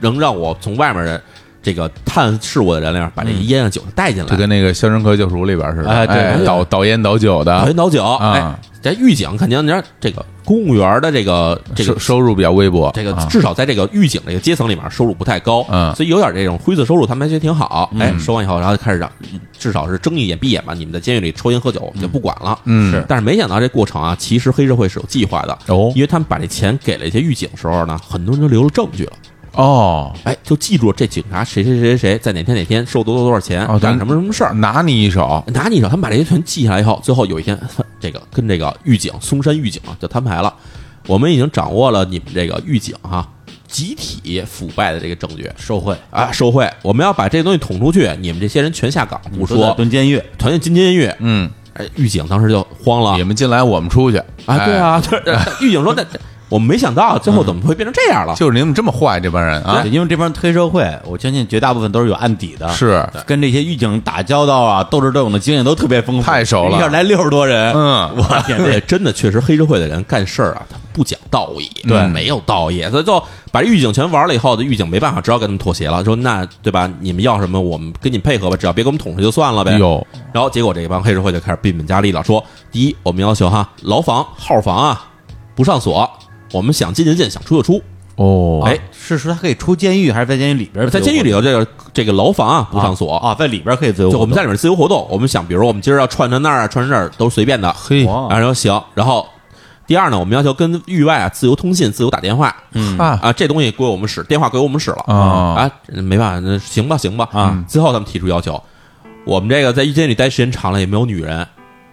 Speaker 1: 能让我从外面的这个碳是我的燃料，把这个烟啊酒带进
Speaker 3: 嗯就
Speaker 1: 来，
Speaker 3: 跟那个《肖申克救赎》里边似的，
Speaker 2: 哎对
Speaker 3: 哎
Speaker 1: 对
Speaker 3: 导导烟导酒
Speaker 1: 导
Speaker 3: 的
Speaker 1: 烟，导酒。
Speaker 3: 啊
Speaker 1: 哎，这狱警肯定，你知道这个公务员的这个这
Speaker 3: 收
Speaker 1: 个
Speaker 3: 收入比较微薄，
Speaker 1: 这个
Speaker 3: 啊
Speaker 1: 至少在这个狱警这个阶层里面收入不太高，
Speaker 3: 嗯
Speaker 1: 所以有点这种灰色收入，他们还觉得挺好。哎，收完以后，然后开始让至少是睁一眼闭一眼吧，你们在监狱里抽烟喝酒就不管了。
Speaker 3: 嗯是
Speaker 1: 但是没想到这过程啊，其实黑社会是有计划的
Speaker 3: 哦
Speaker 1: 因为他们把这钱给了一些狱警的时候呢，很多人都留了证据了。
Speaker 3: 哦
Speaker 1: 哎，就记住这警察谁谁谁谁谁在哪天哪天收多多多少钱，
Speaker 3: 哦咱
Speaker 1: 干什么什么事儿，
Speaker 3: 拿你一手，
Speaker 1: 拿你手，他们把这些全记下来以后，最后有一天，这个跟这个狱警嵩山狱警啊就摊牌了，我们已经掌握了你们这个狱警哈、集体腐败的这个证据
Speaker 2: 受贿，
Speaker 1: 啊，受贿，我们要把这东西捅出去，你们这些人全下岗不
Speaker 2: 都在
Speaker 1: 说，
Speaker 2: 蹲监狱，
Speaker 1: 团进金监狱，
Speaker 3: 嗯，
Speaker 1: 哎，狱警当时就慌了
Speaker 3: 你们进来我们出去
Speaker 1: 啊，对，
Speaker 3: 哎
Speaker 1: 啊，对， 狱警说那我们没想到最后怎么会变成这样了，
Speaker 3: 就是你们这么坏这帮人啊
Speaker 2: 对，因为这帮黑社会，我相信绝大部分都是有案底的，
Speaker 3: 是
Speaker 2: 跟这些狱警打交道啊，斗智斗勇的经验都特别丰富，
Speaker 3: 太熟了
Speaker 2: 一下来六十多人，
Speaker 3: 嗯
Speaker 2: 我
Speaker 1: 而且
Speaker 2: 天，这
Speaker 1: 哎真的确实黑社会的人干事儿啊，他不讲道义，嗯
Speaker 3: 对
Speaker 1: 没有道义，所以就把这狱警全玩了以后，这狱警没办法，只好跟他们妥协了，说那对吧，你们要什么我们跟你配合吧，只要别给我们捅出去就算了呗。
Speaker 3: 有
Speaker 1: 然后结果这帮黑社会就开始变本加厉了，说第一，我们要求哈牢房号房啊不上锁，我们想进就进，想出就出，
Speaker 3: 哦
Speaker 1: 哎，
Speaker 2: 是说他可以出监狱，还是在监狱里边？
Speaker 1: 在监狱里头这个这个牢房啊不上锁。
Speaker 2: 哎啊，在里边可以自由活
Speaker 1: 就
Speaker 2: 动，
Speaker 1: 我们在里面自由活动，我们想，比如我们今儿要串串那儿啊，串串这儿都是随便的，啊
Speaker 3: 嘿，
Speaker 2: 哇
Speaker 1: 然后说行，然后第二呢，我们要求跟域外啊自由通信、自由打电话，嗯
Speaker 3: 啊
Speaker 1: 啊，这东西归我们使，电话归我们使了
Speaker 3: 哦
Speaker 1: 啊，没办法，那行吧行吧嗯
Speaker 2: 啊，
Speaker 1: 最后他们提出要求，我们这个在狱间里待时间长了也没有女人，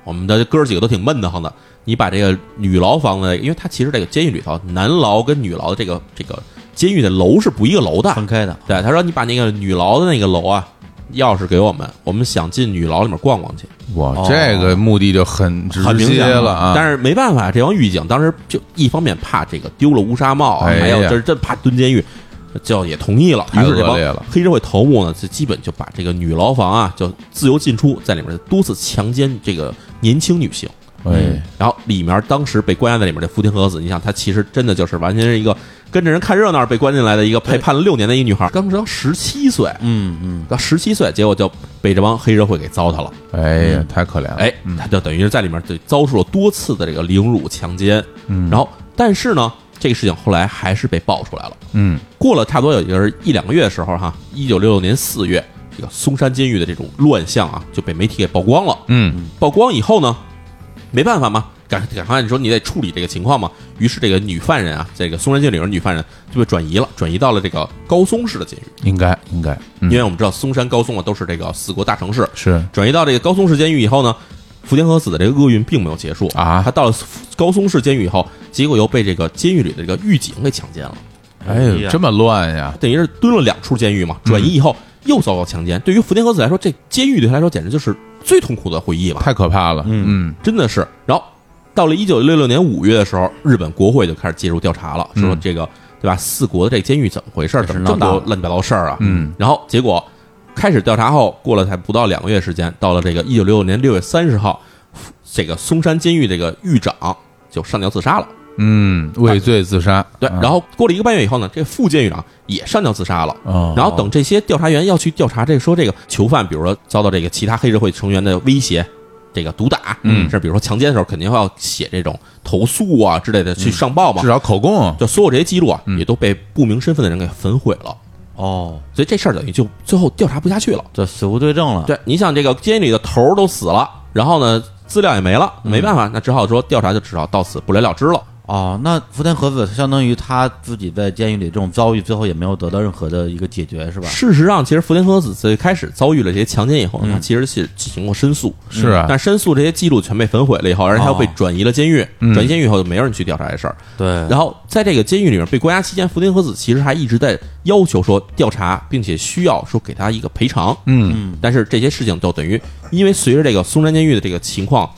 Speaker 1: 我们的哥几个都挺闷得慌的，你把这个女牢房的，因为它其实这个监狱里头男牢跟女牢的这个这个监狱的楼是不一个楼的，
Speaker 2: 分开的，
Speaker 1: 对，他说你把那个女牢的那个楼啊钥匙给我们，我们想进女牢里面逛逛去。
Speaker 3: 哇
Speaker 2: 哦，
Speaker 3: 这个目的就很直
Speaker 2: 很明
Speaker 3: 接
Speaker 2: 显了
Speaker 3: 了啊，
Speaker 1: 但
Speaker 3: 是
Speaker 1: 是没办法，这帮狱警当时就一方面怕这个丢了乌纱帽，啊
Speaker 3: 哎呀
Speaker 1: 还有就是真怕蹲监狱，就也同意了。于
Speaker 3: 太
Speaker 1: 是这
Speaker 3: 恶
Speaker 1: 帮
Speaker 3: 劣了
Speaker 1: 黑社会头目呢，就基本就把这个女牢房啊，就自由进出，在里面多次强奸这个年轻女性。
Speaker 3: 哎，
Speaker 1: 然嗯后里面当时被关押在里面的福田和子，你想她其实真的就是完全是一个跟着人看热闹被关进来的一个被判了六年的一个女孩，当时刚十七岁，
Speaker 2: 嗯嗯，
Speaker 1: 刚十七岁，结果就被这帮黑社会给糟蹋了。
Speaker 3: 哎呀，太可怜了，
Speaker 1: 哎，他就等于是在里面对遭受了多次的这个凌辱、强奸，嗯，然后但是呢，这个事情后来还是被爆出来了。
Speaker 3: 嗯，
Speaker 1: 过了差不多有就是一两个月的时候，哈，一九六六年四月，这个松山监狱的这种乱象啊，就被媒体给曝光了。
Speaker 3: 嗯，
Speaker 1: 曝光以后呢，没办法嘛，赶赶上你说你得处理这个情况嘛，于是这个女犯人啊，这个松山监狱里面的女犯人就被转移了，转移到了这个高松市的监狱，
Speaker 3: 应该应该，嗯
Speaker 1: 因为我们知道松山、高松啊都是这个四国大城市，
Speaker 3: 是
Speaker 1: 转移到这个高松市监狱以后呢，福田和子的这个厄运并没有结束
Speaker 3: 啊
Speaker 1: 他到了高松市监狱以后，结果又被这个监狱里的这个狱警给强奸了，
Speaker 3: 哎呦，这么乱呀，
Speaker 1: 等于是蹲了两处监狱嘛，转移以后又遭到强奸。对于福田和子来说，这监狱对他来说简直就是最痛苦的回忆吧，
Speaker 3: 太可怕了，嗯
Speaker 1: 真的是。然后到了一九六六年五月的时候，日本国会就开始介入调查了，
Speaker 3: 嗯
Speaker 1: 说这个对吧，四国的这监狱怎么回事儿，怎么这么多乱七八糟事儿啊？
Speaker 3: 嗯，
Speaker 1: 然后结果开始调查后，过了才不到两个月时间，到了这个一九六六年六月三十号，这个松山监狱这个狱长就上吊自杀了。
Speaker 3: 嗯，畏罪自杀，
Speaker 1: 对，
Speaker 3: 啊
Speaker 1: 然后过了一个半月以后呢，这个副监狱长也上吊自杀了。
Speaker 3: 哦，
Speaker 1: 然后等这些调查员要去调查这说这个囚犯，比如说遭到这个其他黑社会成员的威胁。这个毒打，
Speaker 3: 嗯
Speaker 1: 甚至比如说强奸的时候，肯定要写这种投诉啊之类的去上报嘛
Speaker 3: 至。少口供，
Speaker 1: 就所有这些记录
Speaker 3: 嗯
Speaker 1: 啊，也都被不明身份的人给焚毁了，
Speaker 2: 哦，
Speaker 1: 所以这事儿等于就最后调查不下去了。
Speaker 2: 这死无对证
Speaker 3: 啊
Speaker 2: 了，
Speaker 1: 对，你想这个监狱里的头儿都死了，然后呢，资料也没了，没办法，那只好说调查就只好到此不了了之了。
Speaker 2: 哦，那福田和子相当于他自己在监狱里这种遭遇，最后也没有得到任何的一个解决，是吧？
Speaker 1: 事实上，其实福田和子最开始遭遇了这些强奸以后，他其实是进行过申诉，嗯
Speaker 3: 是啊
Speaker 1: 但申诉这些记录全被焚毁了以后，而且他又被
Speaker 2: 哦
Speaker 1: 转移了监狱，转移监狱以后就没有人去调查这事儿。
Speaker 2: 对，
Speaker 1: 然后在这个监狱里面被关押期间，福田和子其实还一直在要求说调查，并且需要说给他一个赔偿。
Speaker 3: 嗯，
Speaker 1: 但是这些事情就等于，因为随着这个松山监狱的这个情况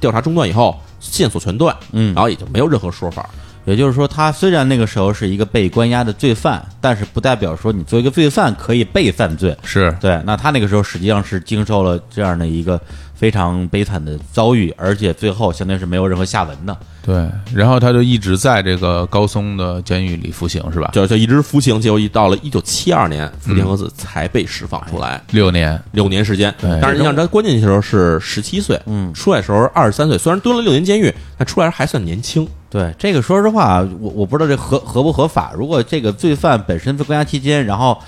Speaker 1: 调查中断以后，线索全断，嗯，然后也就没有任何说法。
Speaker 2: 也就是说，他虽然那个时候是一个被关押的罪犯，但是不代表说你作为一个罪犯可以被犯罪。
Speaker 3: 是
Speaker 2: 对，那他那个时候实际上是经受了这样的一个非常悲惨的遭遇，而且最后相当于是没有任何下文的。
Speaker 3: 对，然后他就一直在这个高松的监狱里服刑，是吧？
Speaker 1: 就就一直服刑，结果一到了一九七二年，福田和子才被释放出来，
Speaker 3: 六年，
Speaker 1: 六年时间。
Speaker 3: 对
Speaker 1: 但是你想，他关键的时候是十七岁，嗯，出来的时候二十三岁，虽然蹲了六年监狱，但出来还算年轻。
Speaker 2: 对这个，说实话，我我不知道这合合不合法。如果这个罪犯本身在关押期间，然后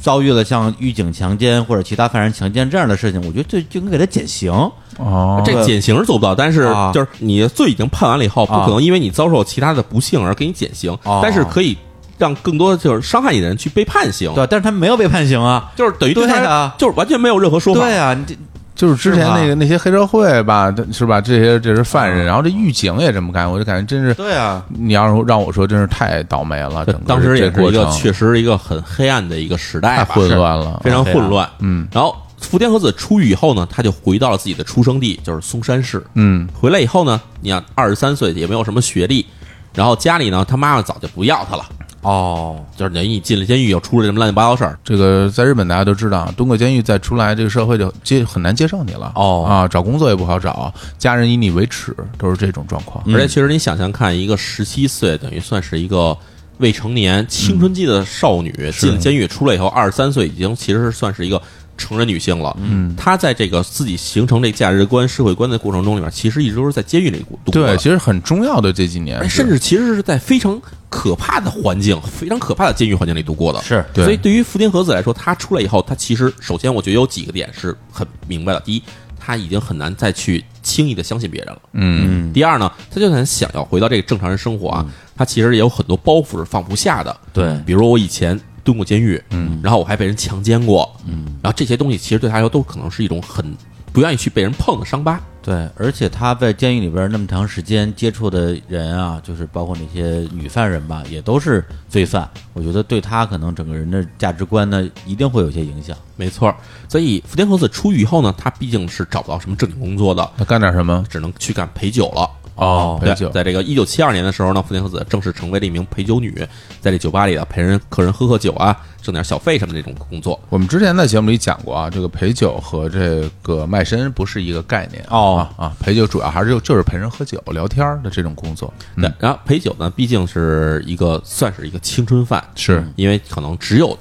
Speaker 2: 遭遇了像狱警强奸或者其他犯人强奸这样的事情，我觉得就就应该给他减刑。
Speaker 3: 哦，
Speaker 1: 这减刑是做不到，但是
Speaker 2: 啊
Speaker 1: 就是你罪已经判完了以后，不
Speaker 2: 啊
Speaker 1: 可能因为你遭受其他的不幸而给你减刑，
Speaker 2: 哦
Speaker 1: 但是可以让更多就是伤害你的人去被判刑。
Speaker 2: 对，但是他没有被判刑啊。
Speaker 1: 就是等于对
Speaker 2: 对
Speaker 1: 他
Speaker 2: 啊，
Speaker 1: 就是完全没有任何说法。
Speaker 2: 对啊，你这
Speaker 3: 就是之前那
Speaker 2: 是吧
Speaker 3: 个那些黑社会吧，他是吧？这些这是犯
Speaker 1: 啊
Speaker 3: 人，然后这狱警也这么干，我就感觉真是，
Speaker 2: 对啊，
Speaker 3: 你要是让我说，真是太倒霉了。整个
Speaker 1: 当时
Speaker 3: 这
Speaker 1: 也是一
Speaker 3: 过
Speaker 1: 个
Speaker 3: 程
Speaker 1: 确实一个很黑暗的一个时代
Speaker 3: 太
Speaker 1: 吧，
Speaker 3: 混乱了，
Speaker 1: 非常
Speaker 2: 黑暗
Speaker 1: 混乱。
Speaker 3: 嗯
Speaker 1: 然后福田和子出狱以后呢，他就回到了自己的出生地，就是松山市。
Speaker 3: 嗯，
Speaker 1: 回来以后呢，你看二十三岁也没有什么学历，然后家里呢，他妈妈早就不要他了，
Speaker 2: 哦，
Speaker 1: 就是等于你进了监狱又出了什么乱七八糟事儿，
Speaker 3: 这个在日本大家都知道，蹲过监狱再出来，这个社会就接很难接受你了。
Speaker 2: 哦
Speaker 3: 啊，找工作也不好找，家人以你为耻，都是这种状况。
Speaker 1: 而且其实你想想看，一个十七岁等于算是一个未成年青春期的少女，进了监狱出来以后，二十三岁已经其实是算是一个成人女性了。嗯，她在这个自己形成这价值观、社会观的过程中里面，其实一直都是在监狱里度过
Speaker 3: 对，
Speaker 1: 的。
Speaker 3: 其实很重要的这几年
Speaker 1: 哎
Speaker 3: 是，
Speaker 1: 甚至其实是在非常可怕的环境、非常可怕的监狱环境里度过的。
Speaker 2: 是
Speaker 3: 对
Speaker 1: 所以对于福田和子来说，他出来以后，他其实首先我觉得有几个点是很明白的。第一，他已经很难再去轻易的相信别人了。
Speaker 3: 嗯，
Speaker 1: 第二呢，他就算想要回到这个正常人生活啊，他其实也有很多包袱是放不下的。
Speaker 2: 对
Speaker 1: 比如我以前蹲过监狱，嗯，然后我还被人强奸过，嗯，然后这些东西其实对他来说都可能是一种很不愿意去被人碰的伤疤。
Speaker 2: 对，而且他在监狱里边那么长时间接触的人啊，就是包括那些女犯人吧，也都是罪犯。我觉得对他可能整个人的价值观呢，一定会有些影响。
Speaker 1: 没错儿，所以福田和子出狱以后呢，他毕竟是找不到什么正经工作的，
Speaker 3: 他干点什么？
Speaker 1: 只能去干陪酒了。
Speaker 3: 哦陪
Speaker 1: 对
Speaker 3: 酒
Speaker 1: 在这个一九七二年的时候呢，福田和子正式成为了一名陪酒女，在这酒吧里啊陪人客人喝喝酒啊，挣点小费什么这种工作。
Speaker 3: 我们之前在节目里讲过啊，这个陪酒和这个卖身不是一个概念
Speaker 2: 哦
Speaker 3: 啊啊，陪酒主要还是就就是陪人喝酒、聊天儿的这种工作。嗯
Speaker 1: 对，然后陪酒呢，毕竟是一个算是一个青春饭，
Speaker 3: 是
Speaker 1: 因为可能只有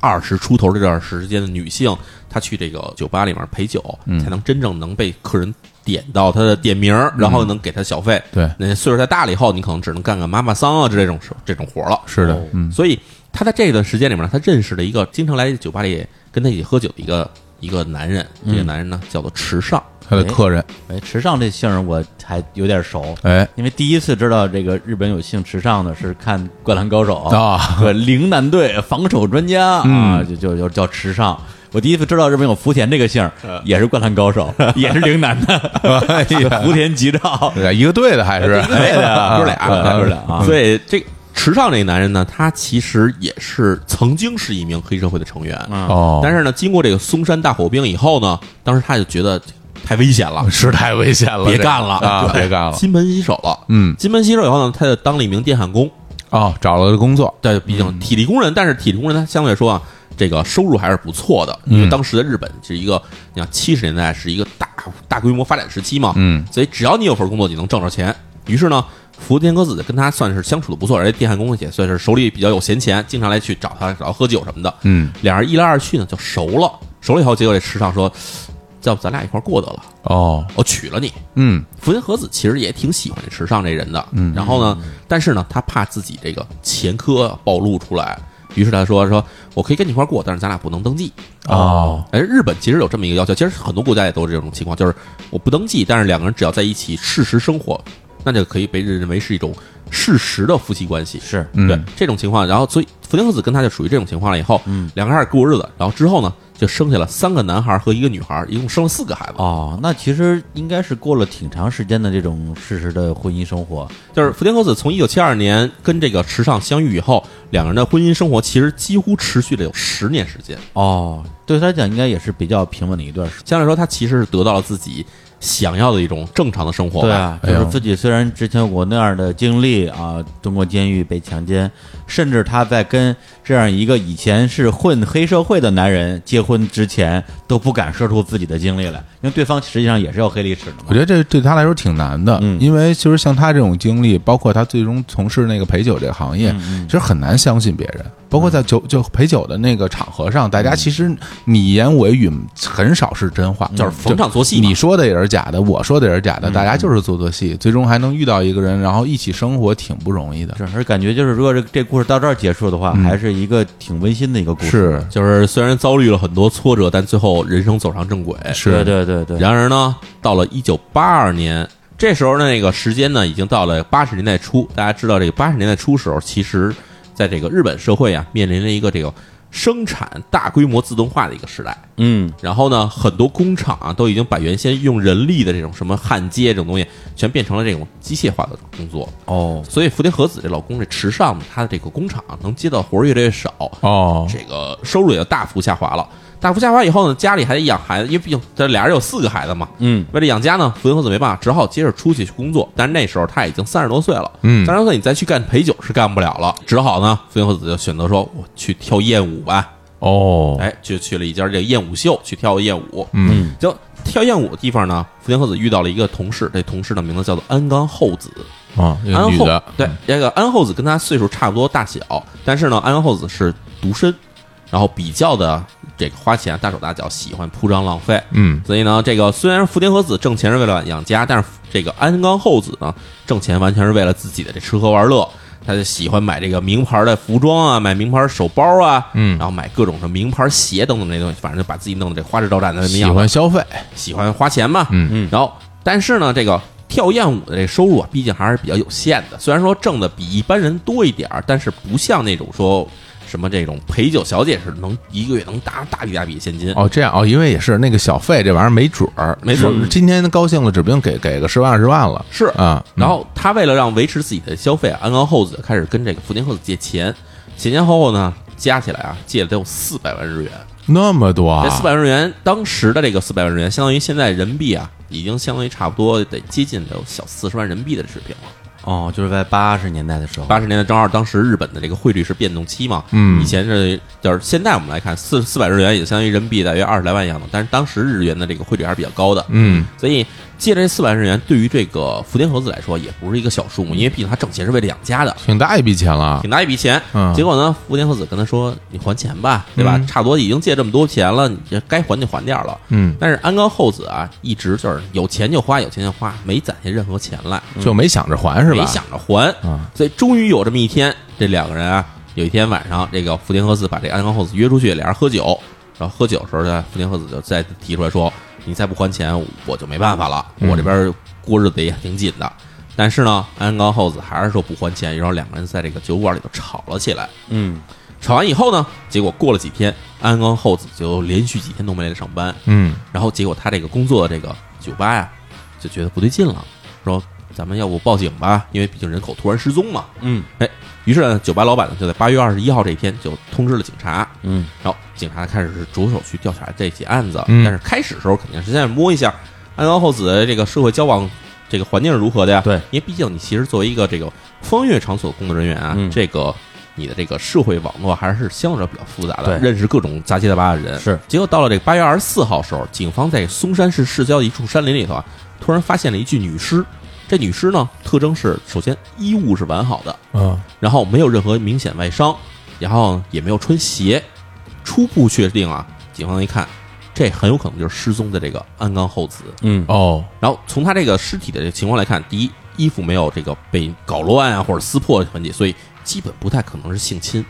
Speaker 1: 二十出头这段时间的女性，她去这个酒吧里面陪酒，
Speaker 3: 嗯
Speaker 1: 才能真正能被客人点到她的点名儿，然后能给她小费。
Speaker 3: 对
Speaker 1: 那岁数再大了以后，你可能只能干干妈妈桑啊之类这种事这种活儿了。
Speaker 3: 是的
Speaker 2: 哦，
Speaker 3: 嗯，
Speaker 1: 所以她在这段时间里面，她认识了一个经常来酒吧里跟她一起喝酒的一个一个男人，
Speaker 3: 嗯
Speaker 1: 这个男人呢叫做池上。
Speaker 3: 他的客人，
Speaker 2: 哎，池上这姓儿我还有点熟，
Speaker 3: 哎
Speaker 2: 因为第一次知道这个日本有姓池上的是看《灌篮高手》
Speaker 3: 啊，嗯
Speaker 2: 和陵南队防守专家、啊，就就就叫池上。我第一次知道日本有福田这个姓儿，也是《灌篮高手》，也是陵南的
Speaker 3: 嗯 哎呀
Speaker 2: 福田吉兆，
Speaker 3: 对哎一个队的啊还是
Speaker 2: 对
Speaker 1: 哥俩，
Speaker 2: 哥俩啊，
Speaker 1: 所以这个池上这个男人呢，他其实也是曾经是一名黑社会的成员，
Speaker 3: 哦，
Speaker 1: 但是呢，经过这个松山大火兵以后呢，当时他就觉得哎太危险了。
Speaker 3: 是太危险了，
Speaker 1: 别
Speaker 3: 这个
Speaker 1: 干了
Speaker 3: 啊，嗯别干了
Speaker 1: 金盆洗手了，
Speaker 3: 嗯
Speaker 1: 金盆洗手以后呢，他就当了一名电焊工，
Speaker 3: 哦，找了个工作，
Speaker 1: 对，毕竟体力工人，但是体力工人他相对来说啊，这个收入还是不错的，因为当时的日本是一个，你看七十年代是一个大大规模发展时期嘛，
Speaker 3: 嗯，
Speaker 1: 所以只要你有份工作，你能挣着钱。于是呢，福田歌子跟他算是相处的不错，而且电焊工也算是手里比较有闲钱，经常来去找他，找他喝酒什么的。
Speaker 3: 嗯，
Speaker 1: 两人一来二去呢，就熟了。熟了以后，结果这池上说：“要不咱俩一块儿过得了，
Speaker 3: 哦，
Speaker 1: 我娶了你。”
Speaker 3: 嗯，
Speaker 1: 福田和子其实也挺喜欢这池上这人的，嗯，然后呢，但是呢，他怕自己这个前科暴露出来，于是他说说我可以跟你一块儿过，但是咱俩不能登记。
Speaker 3: 哦，
Speaker 1: 哎，日本其实有这么一个要求，其实很多国家也都是这种情况，就是我不登记，但是两个人只要在一起事实生活，那就可以被认为是一种事实的夫妻关系。
Speaker 2: 是
Speaker 3: 嗯
Speaker 1: 对这种情况，然后所以福田和子跟他就属于这种情况了。以后，嗯，两个人开始过日子，然后之后呢，就生下了三个男孩和一个女孩，一共生了四个孩子。
Speaker 2: 哦，那其实应该是过了挺长时间的这种事实的婚姻生活，
Speaker 1: 就是福田和子从一九七二年跟这个池上相遇以后，两个人的婚姻生活其实几乎持续了有十年时间。
Speaker 2: 哦，对他来讲应该也是比较平稳的一段时
Speaker 1: 相对来说，他其实是得到了自己想要的一种正常的生活吧。
Speaker 2: 对啊，就
Speaker 3: 哎呦
Speaker 2: 是自己虽然之前有过那样的经历啊，蹲过监狱被强奸，甚至他在跟这样一个以前是混黑社会的男人结婚之前都不敢说出自己的经历来，因为对方实际上也是有黑历史的嘛。
Speaker 3: 我觉得这对他来说挺难的，
Speaker 2: 嗯
Speaker 3: 因为其实像他这种经历，包括他最终从事那个陪酒这个行
Speaker 1: 嗯
Speaker 3: 业，其实很难相信别人。包括在酒就陪酒的那个场合上，大家其实你言我语很少是真话，
Speaker 1: 嗯就是逢场作戏嘛嗯
Speaker 3: 你说的也是假的，我说的也是假的，大家就是做做戏，最终还能遇到一个人，然后一起生活，挺不容易的。
Speaker 2: 整个感觉就是，如果这这故事到这儿结束的话，还是一个挺温馨的一个故事。
Speaker 3: 嗯是
Speaker 1: 就是虽然遭遇了很多挫折，但最后人生走上正轨。
Speaker 3: 是，
Speaker 2: 对对对对，
Speaker 1: 然而呢，到了一九八二年，这时候那个时间呢，已经到了八十年代初。大家知道，这个八十年代初时候，其实在这个日本社会啊，面临了一个这个生产大规模自动化的一个时代。
Speaker 2: 嗯，
Speaker 1: 然后呢，很多工厂啊都已经把原先用人力的这种什么焊接这种东西，全变成了这种机械化的工作。
Speaker 2: 哦，
Speaker 1: 所以福田和子这老公这池上，他的这个工厂能接到活儿越来越少，
Speaker 3: 哦，
Speaker 1: 这个收入也大幅下滑了。大幅下滑以后呢，家里还得养孩子，因为毕竟这俩人有四个孩子嘛。
Speaker 2: 嗯，
Speaker 1: 为了养家呢，福原和子没办法，只好接着出去去工作。但是那时候他已经三十多岁了，
Speaker 3: 嗯
Speaker 1: 三十多岁你再去干陪酒是干不了了，只好呢，福原和子就选择说，我去跳艳舞吧。
Speaker 3: 哦，
Speaker 1: 哎，就去了一家这个艳舞秀去跳艳舞。
Speaker 3: 嗯，
Speaker 1: 就跳艳舞的地方呢，福田和子遇到了一个同事，这同事的名字叫做安冈厚子。
Speaker 3: 啊，有
Speaker 1: 安
Speaker 3: 女
Speaker 1: 厚
Speaker 3: 的，
Speaker 1: 对，这个安厚子跟他岁数差不多大小，但是呢，安厚子是独身，然后比较的这个花钱大手大脚，喜欢铺张浪费。
Speaker 3: 嗯，
Speaker 1: 所以呢，这个虽然福田和子挣钱是为了养家，但是这个安冈厚子呢，挣钱完全是为了自己的这吃喝玩乐。他就喜欢买这个名牌的服装啊，买名牌手包啊，
Speaker 3: 嗯
Speaker 1: 然后买各种什么名牌鞋等等这些东西，反正就把自己弄得这花枝招展的那么
Speaker 3: 喜
Speaker 1: 样子。
Speaker 3: 欢消费，
Speaker 1: 喜欢花钱嘛，
Speaker 3: 嗯
Speaker 1: 嗯，然后但是呢，这个跳艳舞的这个收入啊，毕竟还是比较有限的。虽然说挣的比一般人多一点儿，但是不像那种说什么这种陪酒小姐是能一个月能搭大笔大笔现金。
Speaker 3: 哦，这样哦，因为也是那个小费这玩意儿没准儿，
Speaker 1: 没错嗯
Speaker 3: 是今天高兴了，指不定给给个十万二十万了，
Speaker 1: 是
Speaker 3: 啊。
Speaker 1: 然后他为了让维持自己的消费啊，安冈厚子开始跟这个福田厚子借钱，前前后后呢加起来啊，借了得有四百万日元。
Speaker 3: 那么多啊
Speaker 1: 这四百万日元，当时的这个四百万日元，相当于现在人民币啊，已经相当于差不多得接近有小四十万人民币的水平了。
Speaker 2: 哦，就是在八十年代的时候，
Speaker 1: 八十年代正好当时日本的这个汇率是变动期嘛，
Speaker 3: 嗯
Speaker 1: 以前是就是现在我们来看四四百日元也相当于人民币大约二十来万样子，但是当时日元的这个汇率还是比较高的，
Speaker 3: 嗯，
Speaker 1: 所以借着这四百日元对于这个福田和子来说也不是一个小数目，因为毕竟他挣钱是为了养家的。
Speaker 3: 挺大一笔钱了
Speaker 1: 挺大一笔钱，
Speaker 3: 嗯
Speaker 1: 结果呢，福田和子跟他说：“你还钱吧，对吧？
Speaker 3: 嗯
Speaker 1: 差不多已经借这么多钱了，你这该还就还点儿了。”
Speaker 3: 嗯，
Speaker 1: 但是安冈厚子啊，一直就是有钱就花，有钱就花，没攒下任何钱来。
Speaker 3: 就没想着还是吧？
Speaker 1: 没想着还
Speaker 3: 啊，
Speaker 1: 所以终于有这么一天，这两个人啊，有一天晚上，这个福田和子把这个安冈厚子约出去，俩人喝酒，然后喝酒的时候呢，福田和子就再提出来说：“你再不还钱，我就没办法了，我这边过日子也挺紧的。”但是呢，安冈厚子还是说不还钱，然后两个人在这个酒馆里头吵了起来。
Speaker 2: 嗯，
Speaker 1: 吵完以后呢，结果过了几天，安冈厚子就连续几天都没来上班，
Speaker 3: 嗯，
Speaker 1: 然后结果他这个工作的这个酒吧呀，就觉得不对劲了，说咱们要不报警吧，因为毕竟人口突然失踪嘛。
Speaker 2: 嗯，
Speaker 1: 哎，于是呢，酒吧老板呢就在八月二十一号这一天就通知了警察，
Speaker 2: 嗯，
Speaker 1: 然后警察开始是着手去调查这起案子，
Speaker 3: 嗯
Speaker 1: 但是开始的时候肯定是先摸一下安高厚子的这个社会交往。这个环境是如何的呀？
Speaker 2: 对，
Speaker 1: 因为毕竟你其实作为一个这个风月场所工作人员啊，
Speaker 2: 嗯
Speaker 1: 这个你的这个社会网络还是相对来说比较复杂的，
Speaker 2: 对
Speaker 1: 认识各种杂七杂八的人。
Speaker 2: 是，
Speaker 1: 结果到了这个八月二十四号时候，警方在松山市市郊的一处山林里头啊，突然发现了一具女尸。这女尸呢，特征是首先衣物是完好的，
Speaker 3: 啊，
Speaker 1: 然后没有任何明显外伤，然后也没有穿鞋。初步确定啊，警方一看，这很有可能就是失踪的这个安冈厚子。
Speaker 2: 嗯，
Speaker 3: 哦，
Speaker 1: 然后从他这个尸体的这个情况来看，第一，衣服没有这个被搞乱啊或者撕破的痕迹，所以基本不太可能是性侵。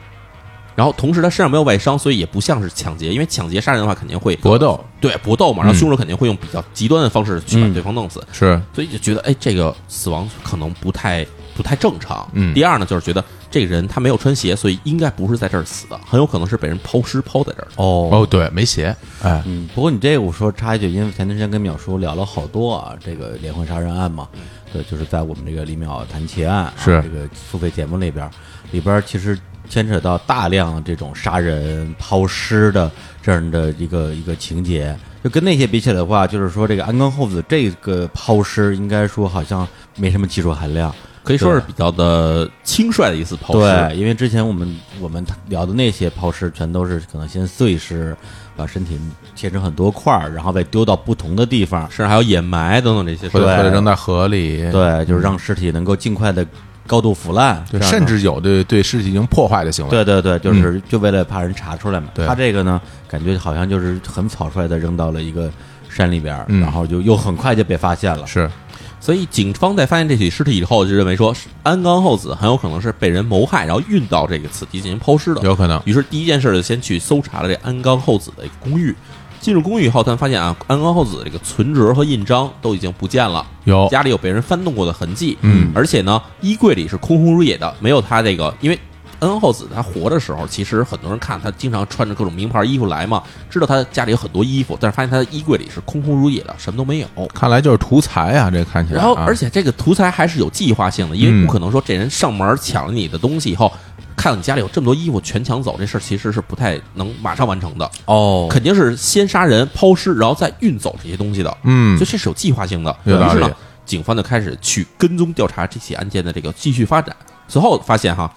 Speaker 1: 然后同时他身上没有外伤，所以也不像是抢劫，因为抢劫杀人的话肯定会
Speaker 3: 搏斗
Speaker 1: 对搏斗嘛，然
Speaker 3: 嗯
Speaker 1: 后凶手肯定会用比较极端的方式去把对方弄死，
Speaker 3: 是
Speaker 1: 所以就觉得哎，这个死亡可能不太不太正常。
Speaker 3: 嗯
Speaker 1: 第二呢，就是觉得这个人他没有穿鞋，所以应该不是在这儿死的，很有可能是被人抛尸抛在这儿的。
Speaker 2: 哦，
Speaker 3: 哦，对，没鞋，哎，
Speaker 2: 嗯，不过你这个我说插一句，因为前段时间跟淼叔聊了好多啊，这个连环杀人案嘛，对，就是在我们这个李淼谈奇案、啊、
Speaker 3: 是
Speaker 2: 这个付费节目里边儿，里边儿其实牵扯到大量这种杀人抛尸的这样的一个一个情节，就跟那些比起来的话，就是说这个安冈厚子这个抛尸，应该说好像没什么技术含量。
Speaker 1: 可以说是比较的轻率的一次抛尸。
Speaker 2: 对，因为之前我们我们聊的那些抛尸，全都是可能先碎尸，把身体切成很多块儿，然后再丢到不同的地方。
Speaker 1: 甚至还有掩埋等等这些事
Speaker 3: 或者
Speaker 1: 儿。
Speaker 3: 或者扔在河里，
Speaker 2: 对，就是让尸体能够尽快的高度腐烂，
Speaker 3: 对，
Speaker 2: 这样呢
Speaker 3: 甚至有对对尸体进行破坏的行为。
Speaker 2: 对对对，就是就为了怕人查出来嘛。
Speaker 3: 对
Speaker 2: 他这个呢，感觉好像就是很草率的扔到了一个山里边儿，
Speaker 3: 嗯
Speaker 2: 然后就又很快就被发现了。
Speaker 3: 是，
Speaker 1: 所以警方在发现这起尸体以后，就认为说安冈厚子很有可能是被人谋害，然后运到这个此地进行抛尸的。
Speaker 3: 有可能。
Speaker 1: 于是第一件事就先去搜查了这安冈厚子的一个公寓。进入公寓以后，他们发现啊，安冈厚子的这个存折和印章都已经不见了，
Speaker 3: 有
Speaker 1: 家里有被人翻动过的痕迹，
Speaker 3: 哦嗯
Speaker 1: 而且呢，衣柜里是空空如也的，没有他这个，因为安冈厚子他活的时候，其实很多人看他经常穿着各种名牌衣服来嘛，知道他家里有很多衣服，但是发现他的衣柜里是空空如也的，什么都没有。
Speaker 3: 看来就是图财啊，这看起来啊。
Speaker 1: 然后，而且这个图财还是有计划性的，因为
Speaker 3: 嗯
Speaker 1: 不可能说这人上门抢了你的东西以后，看到你家里有这么多衣服全抢走，这事儿其实是不太能马上完成的，
Speaker 2: 哦
Speaker 1: 肯定是先杀人、抛尸，然后再运走这些东西的，
Speaker 3: 嗯
Speaker 1: 所以，这是有计划性的。于
Speaker 3: 有道理
Speaker 1: 是呢，警方就开始去跟踪调查这起案件的这个继续发展。随后发现哈，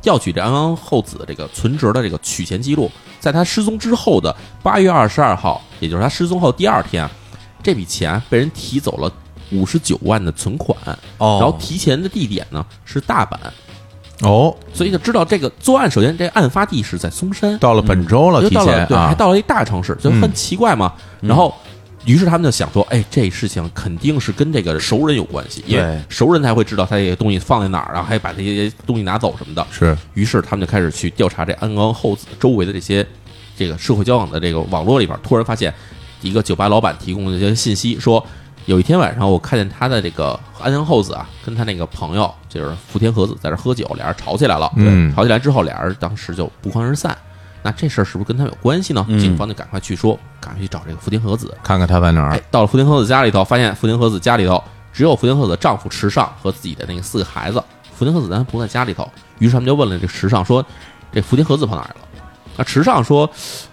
Speaker 1: 调取这安安厚子的这个存折的这个取钱记录，在他失踪之后的八月二十二号，也就是他失踪后第二天，这笔钱被人提走了五十九万的存款，
Speaker 2: 哦，
Speaker 1: 然后提钱的地点呢是大阪，
Speaker 3: 哦，
Speaker 1: 所以就知道这个作案首先这案发地是在松山，
Speaker 3: 到了本州了，
Speaker 1: 又嗯
Speaker 3: 提
Speaker 1: 到了
Speaker 3: 前
Speaker 1: 对，还
Speaker 3: 啊，
Speaker 1: 到了一大城市，就很
Speaker 3: 嗯
Speaker 1: 奇怪嘛。然后，于是他们就想说，哎，这事情肯定是跟这个熟人有关系，因为
Speaker 2: 对
Speaker 1: 熟人才会知道他这些东西放在哪儿，然后还把这些东西拿走什么的。
Speaker 3: 是
Speaker 1: 于是他们就开始去调查这安冈厚子周围的这些这个社会交往的这个网络里边，突然发现一个酒吧老板提供的一些信息说。有一天晚上，我看见他的这个安冈厚子啊，跟他那个朋友就是福田和子在这儿喝酒，俩人吵起来了。
Speaker 3: 嗯
Speaker 1: 吵起来之后，俩人当时就不欢而散。那这事儿是不是跟他们有关系呢？
Speaker 2: 嗯
Speaker 1: 警方就赶快去说，赶快去找这个福田和子。
Speaker 3: 看看他在哪
Speaker 1: 哎
Speaker 3: 儿。，
Speaker 1: 到了福田和子家里头，发现福田和子家里头只有福田和子的丈夫池上和自己的那个四个孩子，福田和子单不在家里头。于是他们就问了这池上说：“这福田和子跑哪儿了？”那池上说：“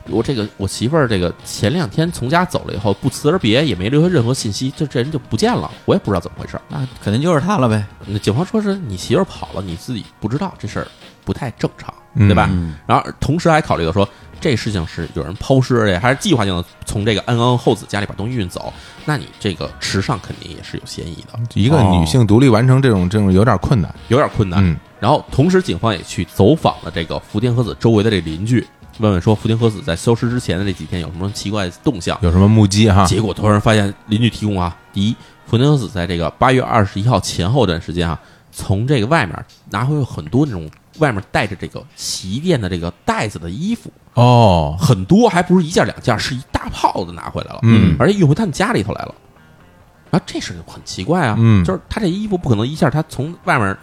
Speaker 1: 我这个我媳妇儿这个前两天从家走了以后，不辞而别，也没留下任何信息，就这人就不见了，我也不知道怎么回事儿。
Speaker 2: 那肯定就是他了呗，
Speaker 1: 那警方说是你媳妇儿跑了，你自己不知道这事儿不太正常，
Speaker 3: 嗯
Speaker 1: 对吧？
Speaker 2: 嗯
Speaker 1: 然后同时还考虑到说这事情是有人抛尸，而且还是计划性的从这个安安厚子家里把东西运走，那你这个池上肯定也是有嫌疑的，
Speaker 3: 一个女性独立完成这种这种有点困难。
Speaker 1: 有点困难。
Speaker 3: 嗯，
Speaker 1: 然后同时警方也去走访了这个福田和子周围的这邻居，问问说福田和子在消失之前的这几天有什么奇怪的动向。
Speaker 3: 有什么目击哈？
Speaker 1: 结果突然发现邻居提供啊，第一，福田和子在这个八月二十一号前后这段时间啊，从这个外面拿回有很多那种外面带着这个洗衣店的这个袋子的衣服，
Speaker 3: 哦，
Speaker 1: 很多还不是一件两件，是一大炮子拿回来了，
Speaker 3: 嗯
Speaker 1: 而且运回他们家里头来了。然后这事就很奇怪啊，
Speaker 3: 嗯
Speaker 1: 就是他这衣服不可能一下他从外面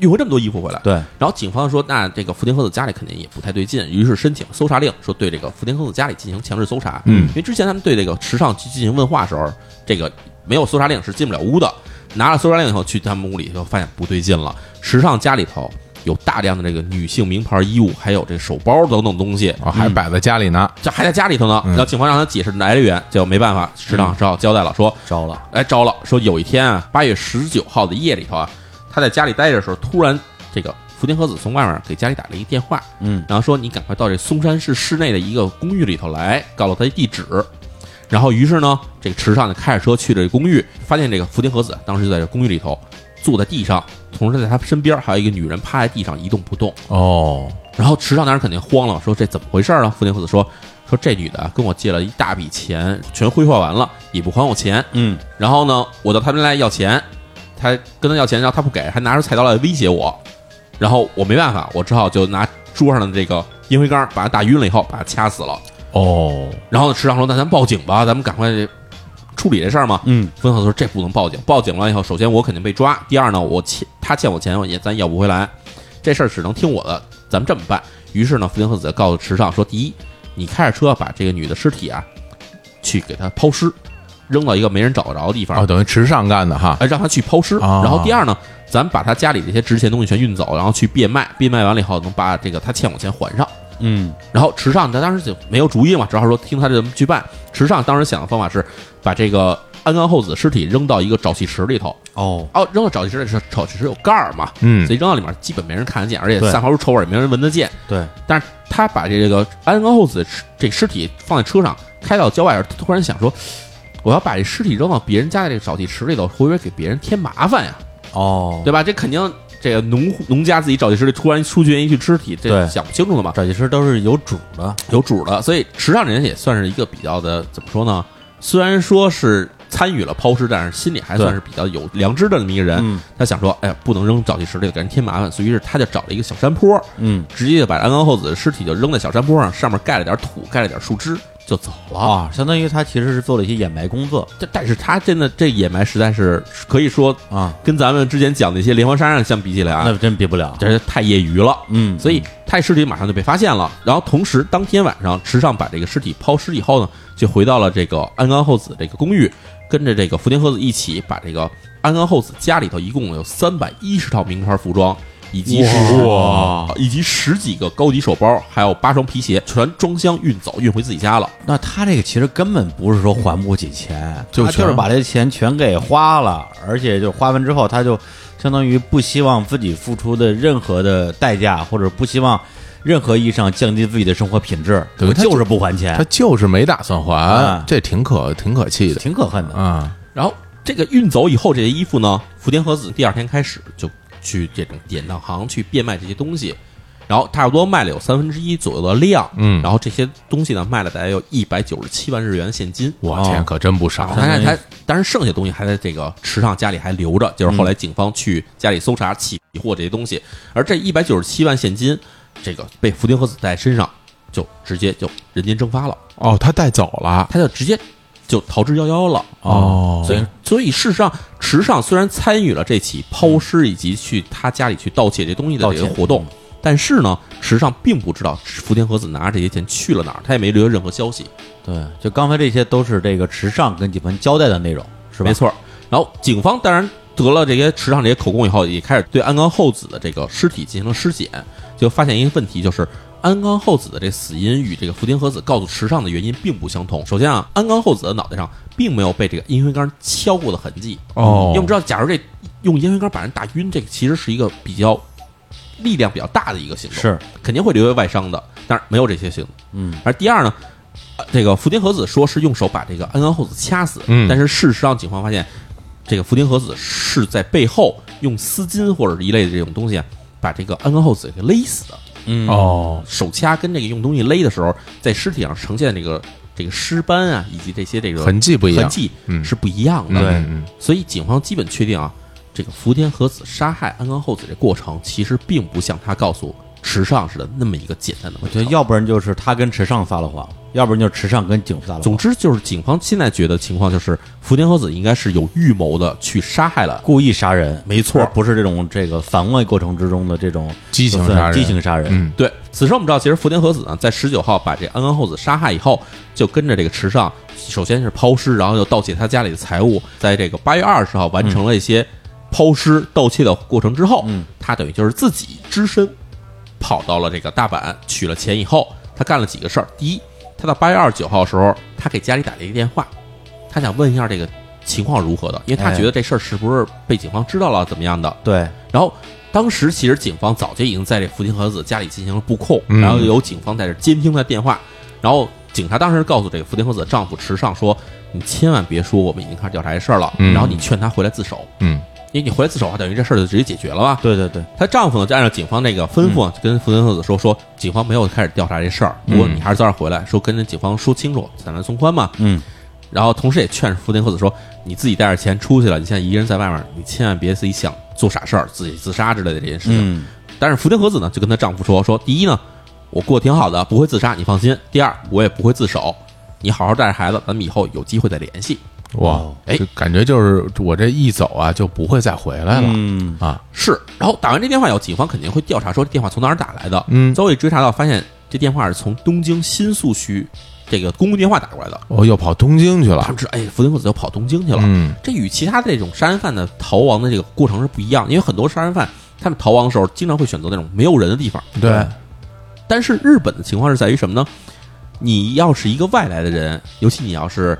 Speaker 1: 运回这么多衣服回来，
Speaker 2: 对，
Speaker 1: 然后警方说，那这个福田和子家里肯定也不太对劲，于是申请搜查令，说对这个福田和子家里进行强制搜查。
Speaker 3: 嗯
Speaker 1: 因为之前他们对这个池上去进行问话的时候，这个没有搜查令是进不了屋的。拿了搜查令以后，去他们屋里就发现不对劲了，池上家里头有大量的这个女性名牌衣物，还有这手包等等东西，
Speaker 3: 哦还摆在家里呢。
Speaker 1: 这还在家里头呢。
Speaker 3: 嗯
Speaker 1: 然后警方让他解释来源，就没办法，池上只好交代了，说
Speaker 2: 招了，
Speaker 1: 哎，招了，说有一天啊，八月十九号的夜里头啊，他在家里待着的时候，突然这个福田和子从外面给家里打了一个电话，
Speaker 2: 嗯，
Speaker 1: 然后说你赶快到这松山市市内的一个公寓里头来，告诉他地址。然后于是呢，这个池上就开着车去了这公寓，发现这个福田和子当时就在这公寓里头坐在地上，同时在他身边还有一个女人趴在地上一动不动。
Speaker 3: 哦，
Speaker 1: 然后池上当时肯定慌了，说这怎么回事儿啊？福田和子说说这女的啊跟我借了一大笔钱，全挥霍完了，也不还我钱。
Speaker 2: 嗯，
Speaker 1: 然后呢，我到他们家要钱，他跟他要钱，然后他不给，还拿出菜刀来威胁我，然后我没办法，我只好就拿桌上的这个烟灰缸把他打晕了以后，把他掐死了。
Speaker 3: 哦，
Speaker 1: 然后呢，池上说：“那咱报警吧，咱们赶快处理这事儿嘛。”
Speaker 2: 嗯，
Speaker 1: 冯小说：“这不能报警，报警了以后，首先我肯定被抓，第二呢，我欠他欠我钱，我也咱要不回来，这事儿只能听我的，咱们这么办。”于是呢，福田和子告诉池上说：“第一，你开着车把这个女的尸体啊，去给她抛尸，扔到一个没人找得着的地方，
Speaker 3: 哦，等于池上干的哈。
Speaker 1: 哎，让他去抛尸。
Speaker 3: 啊
Speaker 1: 然后第二呢，咱把他家里这些值钱东西全运走，然后去变卖，变卖完了以后能把这个他欠我钱还上。
Speaker 2: 嗯
Speaker 1: 然后池上他当时就没有主意嘛，只好说听他这怎么去办。池上当时想的方法是把这个安冈厚子的尸体扔到一个沼气池里头，
Speaker 2: 哦，
Speaker 1: 哦，扔到沼气池里是沼气池有盖儿嘛，
Speaker 3: 嗯
Speaker 1: 所以扔到里面基本没人看得见，而且
Speaker 2: 对
Speaker 1: 散发出臭味儿也没人闻得见。
Speaker 2: 对，
Speaker 1: 但是他把这个安冈厚子的尸这尸体放在车上开到郊外时，他突然想说，我要把这尸体扔到别人家的这个沼气池里头，会不会给别人添麻烦呀？
Speaker 2: 哦，
Speaker 1: 对吧？这肯定这个农户农家自己沼气池里突然出现一具尸体，这
Speaker 2: 对
Speaker 1: 想不清楚的嘛。
Speaker 2: 找技师都是有主的，
Speaker 1: 有主了，所以池上人也算是一个比较的怎么说呢？虽然说是参与了抛尸，但是心里还算是比较有良知的那么一个人。
Speaker 2: 嗯
Speaker 1: 他想说，哎呀，不能扔沼气池里给人添麻烦，所以于是他就找了一个小山坡，
Speaker 2: 嗯
Speaker 1: 直接就把安冈厚子的尸体就扔在小山坡上，上面盖了点土，盖了点树枝就走了。
Speaker 2: 啊，相当于他其实是做了一些掩埋工作
Speaker 1: 这但是他真的这掩埋实在是可以说
Speaker 2: 啊，
Speaker 1: 跟咱们之前讲的一些连环杀人案相比起来啊，
Speaker 2: 那真比不了，
Speaker 1: 这是太业余了。
Speaker 2: 嗯，
Speaker 1: 所以太尸体马上就被发现了。然后同时，当天晚上池上把这个尸体抛尸以后呢，就回到了这个安冈厚子这个公寓，跟着这个福田和子一起把这个安冈厚子家里头一共有三百一十套名牌服装。以及十啊
Speaker 2: 哇
Speaker 1: 以及十几个高级手包，还有八双皮鞋，全装箱运走，运回自己家了。
Speaker 2: 那他这个其实根本不是说还不起钱，
Speaker 3: 就
Speaker 2: 他就是
Speaker 3: 全
Speaker 2: 把这钱全给花了，而且就花完之后，他就相当于不希望自己付出的任何的代价，或者不希望任何意义上降低自己的生活品质，
Speaker 3: 对
Speaker 2: 我
Speaker 3: 他
Speaker 2: 就是不还
Speaker 3: 他
Speaker 2: 钱，
Speaker 3: 就是没打算还
Speaker 2: 啊，
Speaker 3: 这挺可挺可气的
Speaker 2: 挺可恨的。
Speaker 3: 啊。
Speaker 1: 然后这个运走以后，这些衣服呢，福田和子第二天开始就去这种典当行去变卖这些东西，然后差不多卖了有三分之一左右的量，
Speaker 3: 嗯
Speaker 1: 然后这些东西呢卖了大概有一百九十七万日元现金，
Speaker 3: 我天，可真不少
Speaker 1: 然后但是他但是剩下的东西还在这个池上家里还留
Speaker 3: 嗯
Speaker 1: 着，就是后来警方去家里搜查起获这些东西，而这一百九十七万现金，这个被福田和子带在身上，就直接就人间蒸发了，
Speaker 3: 哦，他带走了
Speaker 1: 他就直接就逃之夭夭了。
Speaker 3: 哦
Speaker 1: 所以，所以事实上，池上虽然参与了这起抛尸以及去他家里去盗窃这东西的这个
Speaker 2: 盗窃
Speaker 1: 活动，但是呢，池上并不知道福田和子拿着这些钱去了哪儿，他也没留下任何消息。
Speaker 2: 对，就刚才这些都是这个池上跟警方交代的内容，是吧？
Speaker 1: 没，错儿。然后警方当然得了这些池上这些口供以后，也开始对安冈厚子的这个尸体进行了尸检，就发现一个问题，就是安冈厚子的这死因与这个福田和子告诉池上的原因并不相同。首先啊，安冈厚子的脑袋上并没有被这个烟灰缸敲过的痕迹。
Speaker 3: 哦
Speaker 1: 因为我们知道，假如这用烟灰缸把人打晕，这个其实是一个比较。力量比较大的一个行动，
Speaker 2: 是，
Speaker 1: 肯定会留下外伤的，但是没有这些行动。
Speaker 2: 嗯，
Speaker 1: 而第二呢，呃这个福田和子说是用手把这个安冈厚子掐死，
Speaker 3: 嗯
Speaker 1: 但是事实上警方发现，这个福田和子是在背后用丝巾或者是一类的这种东西啊，把这个安冈厚子给勒死的。
Speaker 2: 嗯，
Speaker 3: 哦，
Speaker 1: 手掐跟这个用东西勒的时候，在尸体上呈现这个这个尸斑啊，以及这些这个
Speaker 3: 痕迹不一样，
Speaker 1: 痕迹
Speaker 3: 嗯
Speaker 1: 是不一样的。
Speaker 3: 嗯嗯嗯
Speaker 1: 所以警方基本确定啊，这个福田和子杀害安冈厚子这过程，其实并不像他告诉池上似的那么一个简单的过
Speaker 2: 我
Speaker 1: 程。
Speaker 2: 觉得要不然就是他跟池上撒了谎，要不然就是池上跟警方撒了谎。
Speaker 1: 总之就是，警方现在觉得情况就是福田和子应该是有预谋的去杀害了。
Speaker 2: 故意杀人，
Speaker 1: 没错
Speaker 2: 而不是这种这个防卫过程之中的这种
Speaker 3: 激情杀人
Speaker 2: 激情杀人，
Speaker 3: 嗯
Speaker 1: 对，此时我们知道，其实福田和子呢，在十九号把这安冈厚子杀害以后，就跟着这个池上，首先是抛尸，然后又盗窃他家里的财物，在这个八月二十号完成了一些抛尸盗窃的过程之后，
Speaker 2: 嗯，
Speaker 1: 他等于就是自己只身跑到了这个大阪，取了钱以后，他干了几个事儿。第一，他到八月二十九号的时候，他给家里打了一个电话，他想问一下这个情况如何的，因为他
Speaker 2: 哎
Speaker 1: 觉得这事儿是不是被警方知道了怎么样的。
Speaker 2: 对，
Speaker 1: 然后当时其实警方早就已经在这福田和子家里进行了布控，
Speaker 3: 嗯
Speaker 1: 然后有警方在这监听他电话，然后警察当时告诉这个福田和子的丈夫池上说：“你千万别说我们已经开始调查这事儿了，
Speaker 3: 嗯
Speaker 1: 然后你劝他回来自首，
Speaker 3: 嗯，
Speaker 1: 因为你回来自首的话，等于这事儿就直接解决了吧。”
Speaker 2: 对对对，
Speaker 1: 她丈夫呢，就按照警方那个吩
Speaker 2: 嗯
Speaker 1: 咐啊，就跟福田和子说说，警方没有开始调查这事儿，不过你还是早点回来，说跟警方说清楚，咱来从宽嘛。
Speaker 2: 嗯，
Speaker 1: 然后同时也劝福田和子说，你自己带着钱出去了，你现在一个人在外面，你千万别自己想做傻事儿，自己自杀之类的这件事情。
Speaker 2: 嗯
Speaker 1: 但是福田和子呢，就跟她丈夫说说，第一呢，我过得挺好的，不会自杀，你放心；第二，我也不会自首，你好好带着孩子，咱们以后有机会再联系。
Speaker 3: 哇，
Speaker 1: 哎
Speaker 3: 就感觉就是我这一走啊，就不会再回来了
Speaker 2: 嗯，
Speaker 3: 啊，
Speaker 1: 是，然后打完这电话以后，警方肯定会调查说这电话从哪儿打来的。
Speaker 3: 嗯
Speaker 1: 最后一追查到，发现这电话是从东京新宿区这个公共电话打过来的。
Speaker 3: 我哦又跑东京去
Speaker 1: 当
Speaker 3: 了，
Speaker 1: 时，哎，福田和子就跑东京去了。
Speaker 3: 嗯，
Speaker 1: 这与其他这种杀人犯的逃亡的这个过程是不一样，因为很多杀人犯他们逃亡的时候，经常会选择那种没有人的地方。呃
Speaker 3: 对，
Speaker 1: 但是日本的情况是在于什么呢？你要是一个外来的人，尤其你要是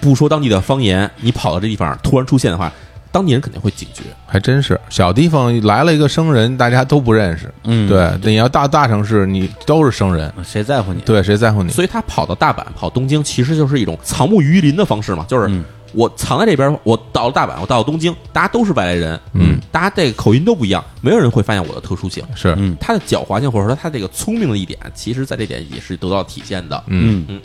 Speaker 1: 不说当地的方言，你跑到这地方突然出现的话，当地人肯定会警觉。
Speaker 3: 还真是小地方来了一个生人，大家都不认识。
Speaker 2: 嗯，，
Speaker 3: 对，你要大大城市，你都是生人，
Speaker 2: 谁在乎你？
Speaker 3: 对，谁在乎你？
Speaker 1: 所以他跑到大阪、跑东京，其实就是一种藏木于林的方式嘛，就是
Speaker 2: 嗯
Speaker 1: 我藏在这边，我到了大阪，我到了东京，大家都是外来人，嗯，大家这个口音都不一样，没有人会发现我的特殊性。
Speaker 3: 是，
Speaker 2: 嗯
Speaker 1: 他的狡猾性或者说他这个聪明的一点，其实在这点也是得到体现的。
Speaker 3: 嗯，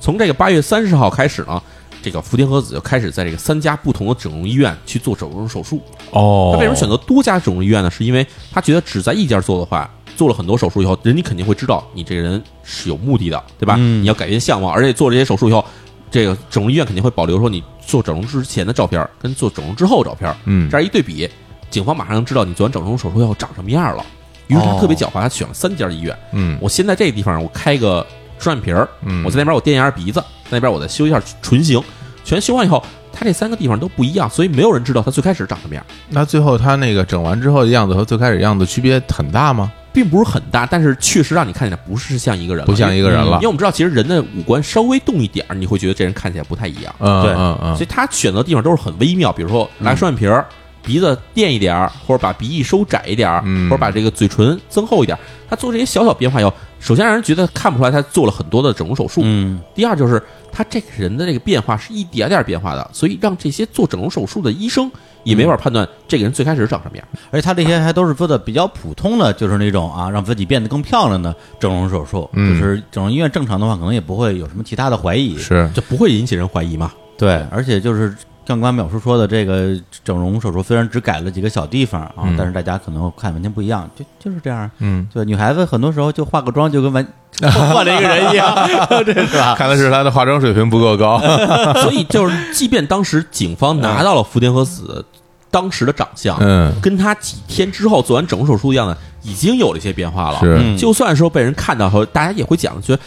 Speaker 1: 从这个八月三十号开始呢，这个福田和子就开始在这个三家不同的整容医院去做整容手术。
Speaker 3: 哦，
Speaker 1: 他为什么选择多家整容医院呢？是因为他觉得只在一家做的话，做了很多手术以后，人家肯定会知道你这个人是有目的的，对吧？
Speaker 3: 嗯
Speaker 1: 你要改变相貌，而且做这些手术以后，这个整容医院肯定会保留说你做整容之前的照片儿跟做整容之后的照片儿，
Speaker 3: 嗯
Speaker 1: 这样一对比，警方马上知道你做完整容手术以后长什么样了。于是他
Speaker 2: 哦
Speaker 1: 特别狡猾，他选了三家医院。
Speaker 3: 嗯
Speaker 1: 我先在这个地方我开个双眼皮儿，
Speaker 3: 嗯
Speaker 1: 我在那边我垫一下鼻子，在那边我再修一下唇形，全修完以后，他这三个地方都不一样，所以没有人知道他最开始长什么样，
Speaker 3: 那最后他那个整完之后的样子和最开始样子区别很大吗？
Speaker 1: 并不是很大，但是确实让你看起来不是像一个人了，
Speaker 3: 不像一个人了
Speaker 1: 因为。我们知道，其实人的五官稍微动一点儿，你会觉得这人看起来不太一样，
Speaker 3: 嗯
Speaker 2: 对
Speaker 3: 嗯嗯
Speaker 1: 所以他选择的地方都是很微妙，比如说拿双眼皮儿。鼻子垫一点儿，或者把鼻翼收窄一点儿，或
Speaker 3: 嗯
Speaker 1: 者把这个嘴唇增厚一点儿，他做这些小小变化以后，首先让人觉得看不出来他做了很多的整容手术，
Speaker 2: 嗯，
Speaker 1: 第二就是他这个人的这个变化是一点点变化的，所以让这些做整容手术的医生也没法判断这个人最开始长什么样。
Speaker 2: 而且他这些还都是做的比较普通的，就是那种啊，让自己变得更漂亮的整容手术。
Speaker 3: 嗯
Speaker 2: 就是整容医院正常的话，可能也不会有什么其他的怀疑。
Speaker 3: 是，
Speaker 1: 这不会引起人怀疑吗？
Speaker 2: 对，而且就是像刚才淼叔说的，这个整容手术虽然只改了几个小地方啊，
Speaker 3: 嗯
Speaker 2: 但是大家可能看完全不一样，就就是这样。
Speaker 3: 嗯，
Speaker 2: 对，女孩子很多时候就化个妆就跟完换了一个人一样，这是吧？
Speaker 3: 看来是他的化妆水平不够高。
Speaker 1: 所以就是，即便当时警方拿到了福田和子当时的长相，
Speaker 3: 嗯，
Speaker 1: 跟他几天之后做完整容手术的样子已经有了一些变化了。
Speaker 3: 是
Speaker 2: 嗯
Speaker 1: 就算说被人看到后，大家也会讲，觉得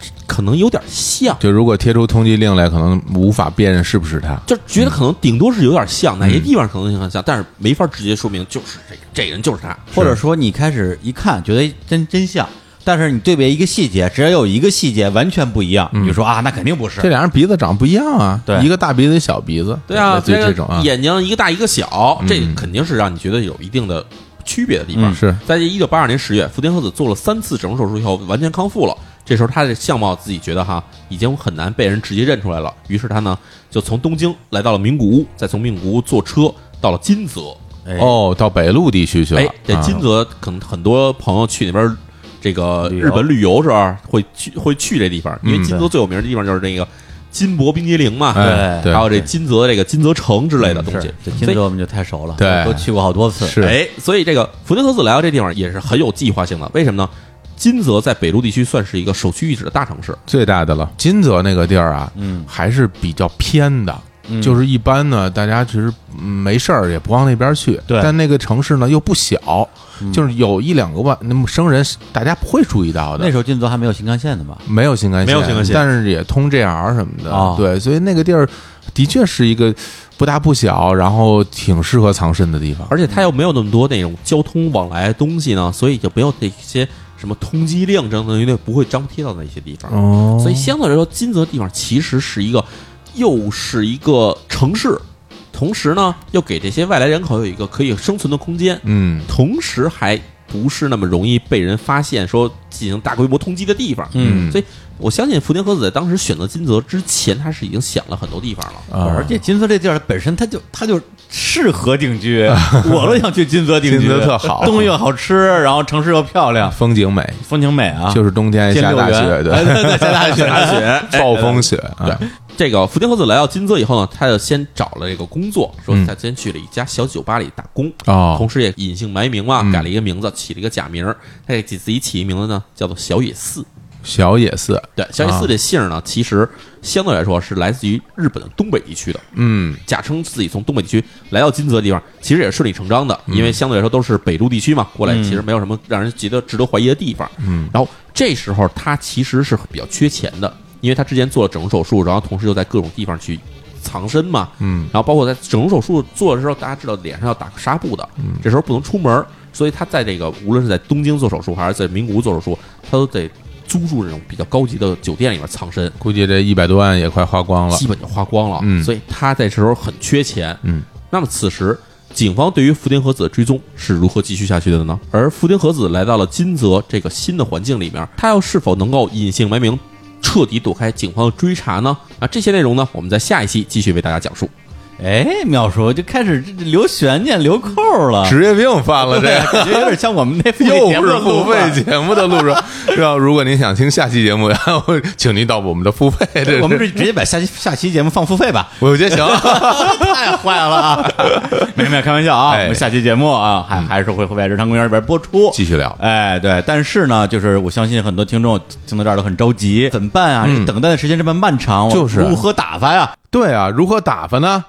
Speaker 1: 这可能有点像。
Speaker 3: 就如果贴出通缉令来，可能无法辨认是不是他。
Speaker 1: 就觉得可能顶多是有点像，哪些
Speaker 3: 嗯
Speaker 1: 地方可能很像，但是没法直接说明就是这个这个人就是他。
Speaker 2: 或者说你开始一看觉得真真像，但是你对比一个细节，只要有一个细节完全不一样，你就说啊，那肯定不是
Speaker 3: 嗯这。俩人鼻子长不一样啊，
Speaker 2: 对
Speaker 3: 一个大鼻子，一个小鼻子，
Speaker 1: 对啊，
Speaker 3: 就
Speaker 1: 这
Speaker 3: 这种啊，
Speaker 1: 眼睛一个大一个小，这
Speaker 3: 嗯
Speaker 1: 肯定是让你觉得有一定的区别的地方。
Speaker 2: 嗯
Speaker 3: 是
Speaker 1: 在一九八二年十月，福田和子做了三次整容手术以后，完全康复了。这时候他的相貌自己觉得哈，已经很难被人直接认出来了。于是他呢，就从东京来到了名古屋，再从名古屋坐车到了金泽。
Speaker 2: 哎，
Speaker 3: 哦，到北陆地区去了
Speaker 1: 哎，，这
Speaker 3: 啊
Speaker 1: 金泽可能很多朋友去那边儿，这个
Speaker 2: 旅游
Speaker 1: 日本旅游时候啊会去会去这地方，因为
Speaker 3: 嗯
Speaker 1: 金泽最有名的地方就是那个金箔冰激凌嘛，
Speaker 3: 哎
Speaker 2: 对嗯
Speaker 3: 对，
Speaker 1: 还有这金泽这个金泽城之类的东西
Speaker 2: 是。这
Speaker 1: 所
Speaker 2: 金
Speaker 1: 以
Speaker 2: 泽我们就太熟了，
Speaker 3: 嗯对
Speaker 2: 都去过好多次。
Speaker 3: 是
Speaker 1: 哎，所以这个福特特斯来到这地方也是很有计划性的。为什么呢？金泽在北陆地区算是一个首屈一指的大城市，
Speaker 3: 最大的了。金泽那个地儿啊，
Speaker 2: 嗯，
Speaker 3: 还是比较偏的。就是一般呢，大家其实嗯没事儿也不往那边去。
Speaker 2: 对嗯
Speaker 3: 但那个城市呢又不小，就是有一两个万那么生人，大家不会注意到的。
Speaker 2: 那时候金泽还没有新干线呢吧？
Speaker 3: 没有新干线，
Speaker 1: 没有新干线
Speaker 3: 但是也通 JR 什么的。
Speaker 2: 哦
Speaker 3: 对，所以那个地儿的确是一个不大不小，然后挺适合藏身的地方。
Speaker 1: 而且它又没有那么多那种交通往来的东西呢，所以就没有那些什么通缉令这种东西就不会张贴到那些地方。
Speaker 3: 哦
Speaker 1: 所以相对来说，金泽地方其实是一个又是一个城市，同时呢又给这些外来人口有一个可以生存的空间，
Speaker 3: 嗯，
Speaker 1: 同时还不是那么容易被人发现说进行大规模通缉的地方。
Speaker 3: 嗯
Speaker 1: 所以我相信福田和子在当时选择金泽之前，他是已经想了很多地方了。
Speaker 3: 啊
Speaker 2: 而且金泽这地儿本身它就它就适合定 居，我都想去金泽定居，
Speaker 3: 金泽特好
Speaker 2: 东西又好吃，然后城市又漂亮，
Speaker 3: 风景美，
Speaker 2: 风景美啊，
Speaker 3: 就是冬天
Speaker 2: 见
Speaker 3: 下
Speaker 2: 六
Speaker 3: 大雪，
Speaker 2: 园，哎
Speaker 3: 对，
Speaker 2: 对对，下大雪，下大雪，
Speaker 3: 暴风雪，对，
Speaker 1: 这个福田和子来到金泽以后呢，他就先找了这个工作，说
Speaker 3: 嗯
Speaker 1: 他先去了一家小酒吧里打工，
Speaker 3: 哦
Speaker 1: 同，时也隐姓埋名嘛，
Speaker 3: 嗯
Speaker 1: 改了一个名字，起了一个假名儿。他给自己起一名字呢，叫做小野寺。
Speaker 3: 小野寺，
Speaker 1: 对，小
Speaker 3: 啊
Speaker 1: 野寺这姓儿呢，其实相对来说是来自于日本的东北地区的，
Speaker 3: 嗯，
Speaker 1: 假称自己从东北地区来到金泽地方，其实也是顺理成章的，因为相对来说都是北陆地区嘛，过来其实没有什么让人觉得值得怀疑的地方。
Speaker 3: 嗯，
Speaker 1: 然后这时候他其实是比较缺钱的，因为他之前做了整容手术，然后同时又在各种地方去藏身嘛，
Speaker 3: 嗯
Speaker 1: 然后包括在整容手术做的时候，大家知道脸上要打纱布的，这时候不能出门儿，所以他在这个无论是在东京做手术还是在名古屋做手术，他都得租住这种比较高级的酒店里面藏身，
Speaker 3: 估计这一百多万也快花光了。
Speaker 1: 基本就花光了。
Speaker 3: 嗯
Speaker 1: 所以他在这时候很缺钱。
Speaker 3: 嗯，
Speaker 1: 那么此时警方对于福田和子的追踪是如何继续下去的呢？而福田和子来到了金泽这个新的环境里面，他又是否能够隐姓埋名，彻底躲开警方的追查呢？啊，这些内容呢，我们在下一期继续为大家讲述。
Speaker 2: 哎，妙叔就开始这这留悬念、留扣了，
Speaker 3: 职业病犯了，
Speaker 2: 对
Speaker 3: 这
Speaker 2: 啊，感觉有点像我们那付费 节
Speaker 3: 又
Speaker 2: 目
Speaker 3: 是
Speaker 2: 的
Speaker 3: 付
Speaker 2: 录法
Speaker 3: 费啊节目的路上。是吧？如果您想听下期节目，然 后请您到我们的付费。这是
Speaker 2: 我们是直接把下期下期节目放付 费吧，
Speaker 3: 我觉得行，
Speaker 2: 太坏了 啊！没有没有，开玩笑啊，
Speaker 3: 哎嗯
Speaker 2: 我们下期节目啊，还还是会会在日常公园里边播出。
Speaker 3: 继续聊。
Speaker 2: 哎，对，但是呢，就是我相信很多听众听到这儿都很着急，怎么办啊？这等待的时间这么漫长，
Speaker 3: 嗯
Speaker 2: 我
Speaker 3: 就是啊
Speaker 2: 如何打发呀？
Speaker 3: 对啊，如何打发呢？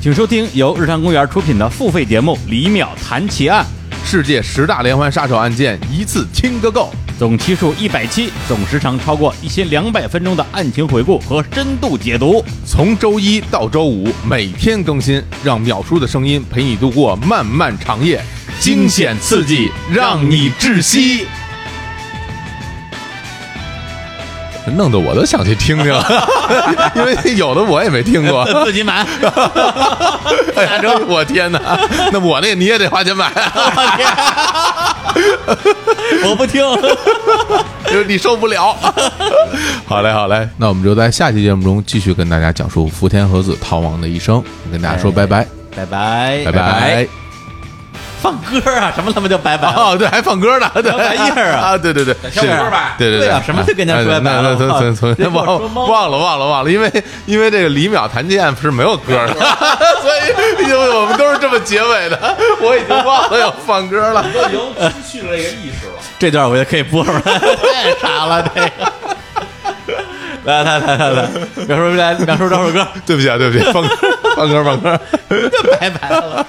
Speaker 2: 请收听由日常公园出品的付费节目《李淼谈奇案
Speaker 3: 世界十大连环杀手案件一次听个够。》，
Speaker 2: 总期数一百期，总时长超过一千两百分钟的案情回顾和深度解读。
Speaker 3: 从周一到周五每天更新，让秒叔的声音陪你度过漫漫长夜，惊险刺激，让你窒息。弄得我都想去听听， 因为有的我也没听过。
Speaker 2: 自己买，
Speaker 3: 哎呀我天哪！那我那你也得花钱买，
Speaker 2: 我不听。
Speaker 3: 就是你受不了。好嘞，好嘞，那我们就在下期节目中继续跟大家讲述福田和子逃亡的一生，跟大家说拜拜，
Speaker 2: 拜拜，
Speaker 3: 哎拜拜。
Speaker 2: 放歌啊，什么他妈叫拜拜啊？
Speaker 3: 哦，对，还放歌呢，对，
Speaker 2: 什么玩意儿啊
Speaker 3: 啊，对对对，
Speaker 1: 小
Speaker 3: 是
Speaker 1: 伙伴吧
Speaker 3: 对哎
Speaker 2: 对
Speaker 3: 对
Speaker 2: 啊，什么就跟人家说拜拜
Speaker 3: 那
Speaker 2: 了
Speaker 3: 那那 从
Speaker 2: 结
Speaker 3: 从
Speaker 2: 果
Speaker 3: 忘
Speaker 2: 说懵了
Speaker 3: 忘了忘了忘了，因为因为这个李淼弹键是没有歌的， 所以因为我们都是这么结尾的，我已经忘了要放歌了。
Speaker 1: 已经失去了这个意识了。
Speaker 2: 这段我也可以播 出来，太傻了这个。来来来来来，表叔来，表叔找首歌，
Speaker 3: 对不起啊，对不起，放歌放歌放 歌。嗯
Speaker 2: 拜拜 了。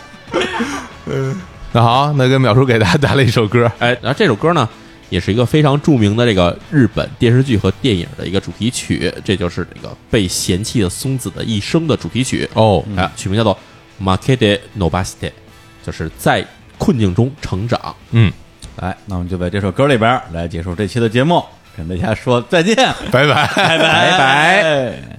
Speaker 3: 那好，那跟淼叔给大家带来一首歌，
Speaker 1: 哎，然后这首歌呢，也是一个非常著名的这个日本电视剧和电影的一个主题曲，这就是这个被嫌弃的松子的一生的主题曲。
Speaker 3: 哦
Speaker 1: 啊，曲名叫做《Makete Nobaste》，就是在困境中成长。
Speaker 3: 嗯，
Speaker 2: 来，那我们就在这首歌里边来结束这期的节目，跟大家说再见，
Speaker 3: 拜拜。
Speaker 2: 拜拜拜。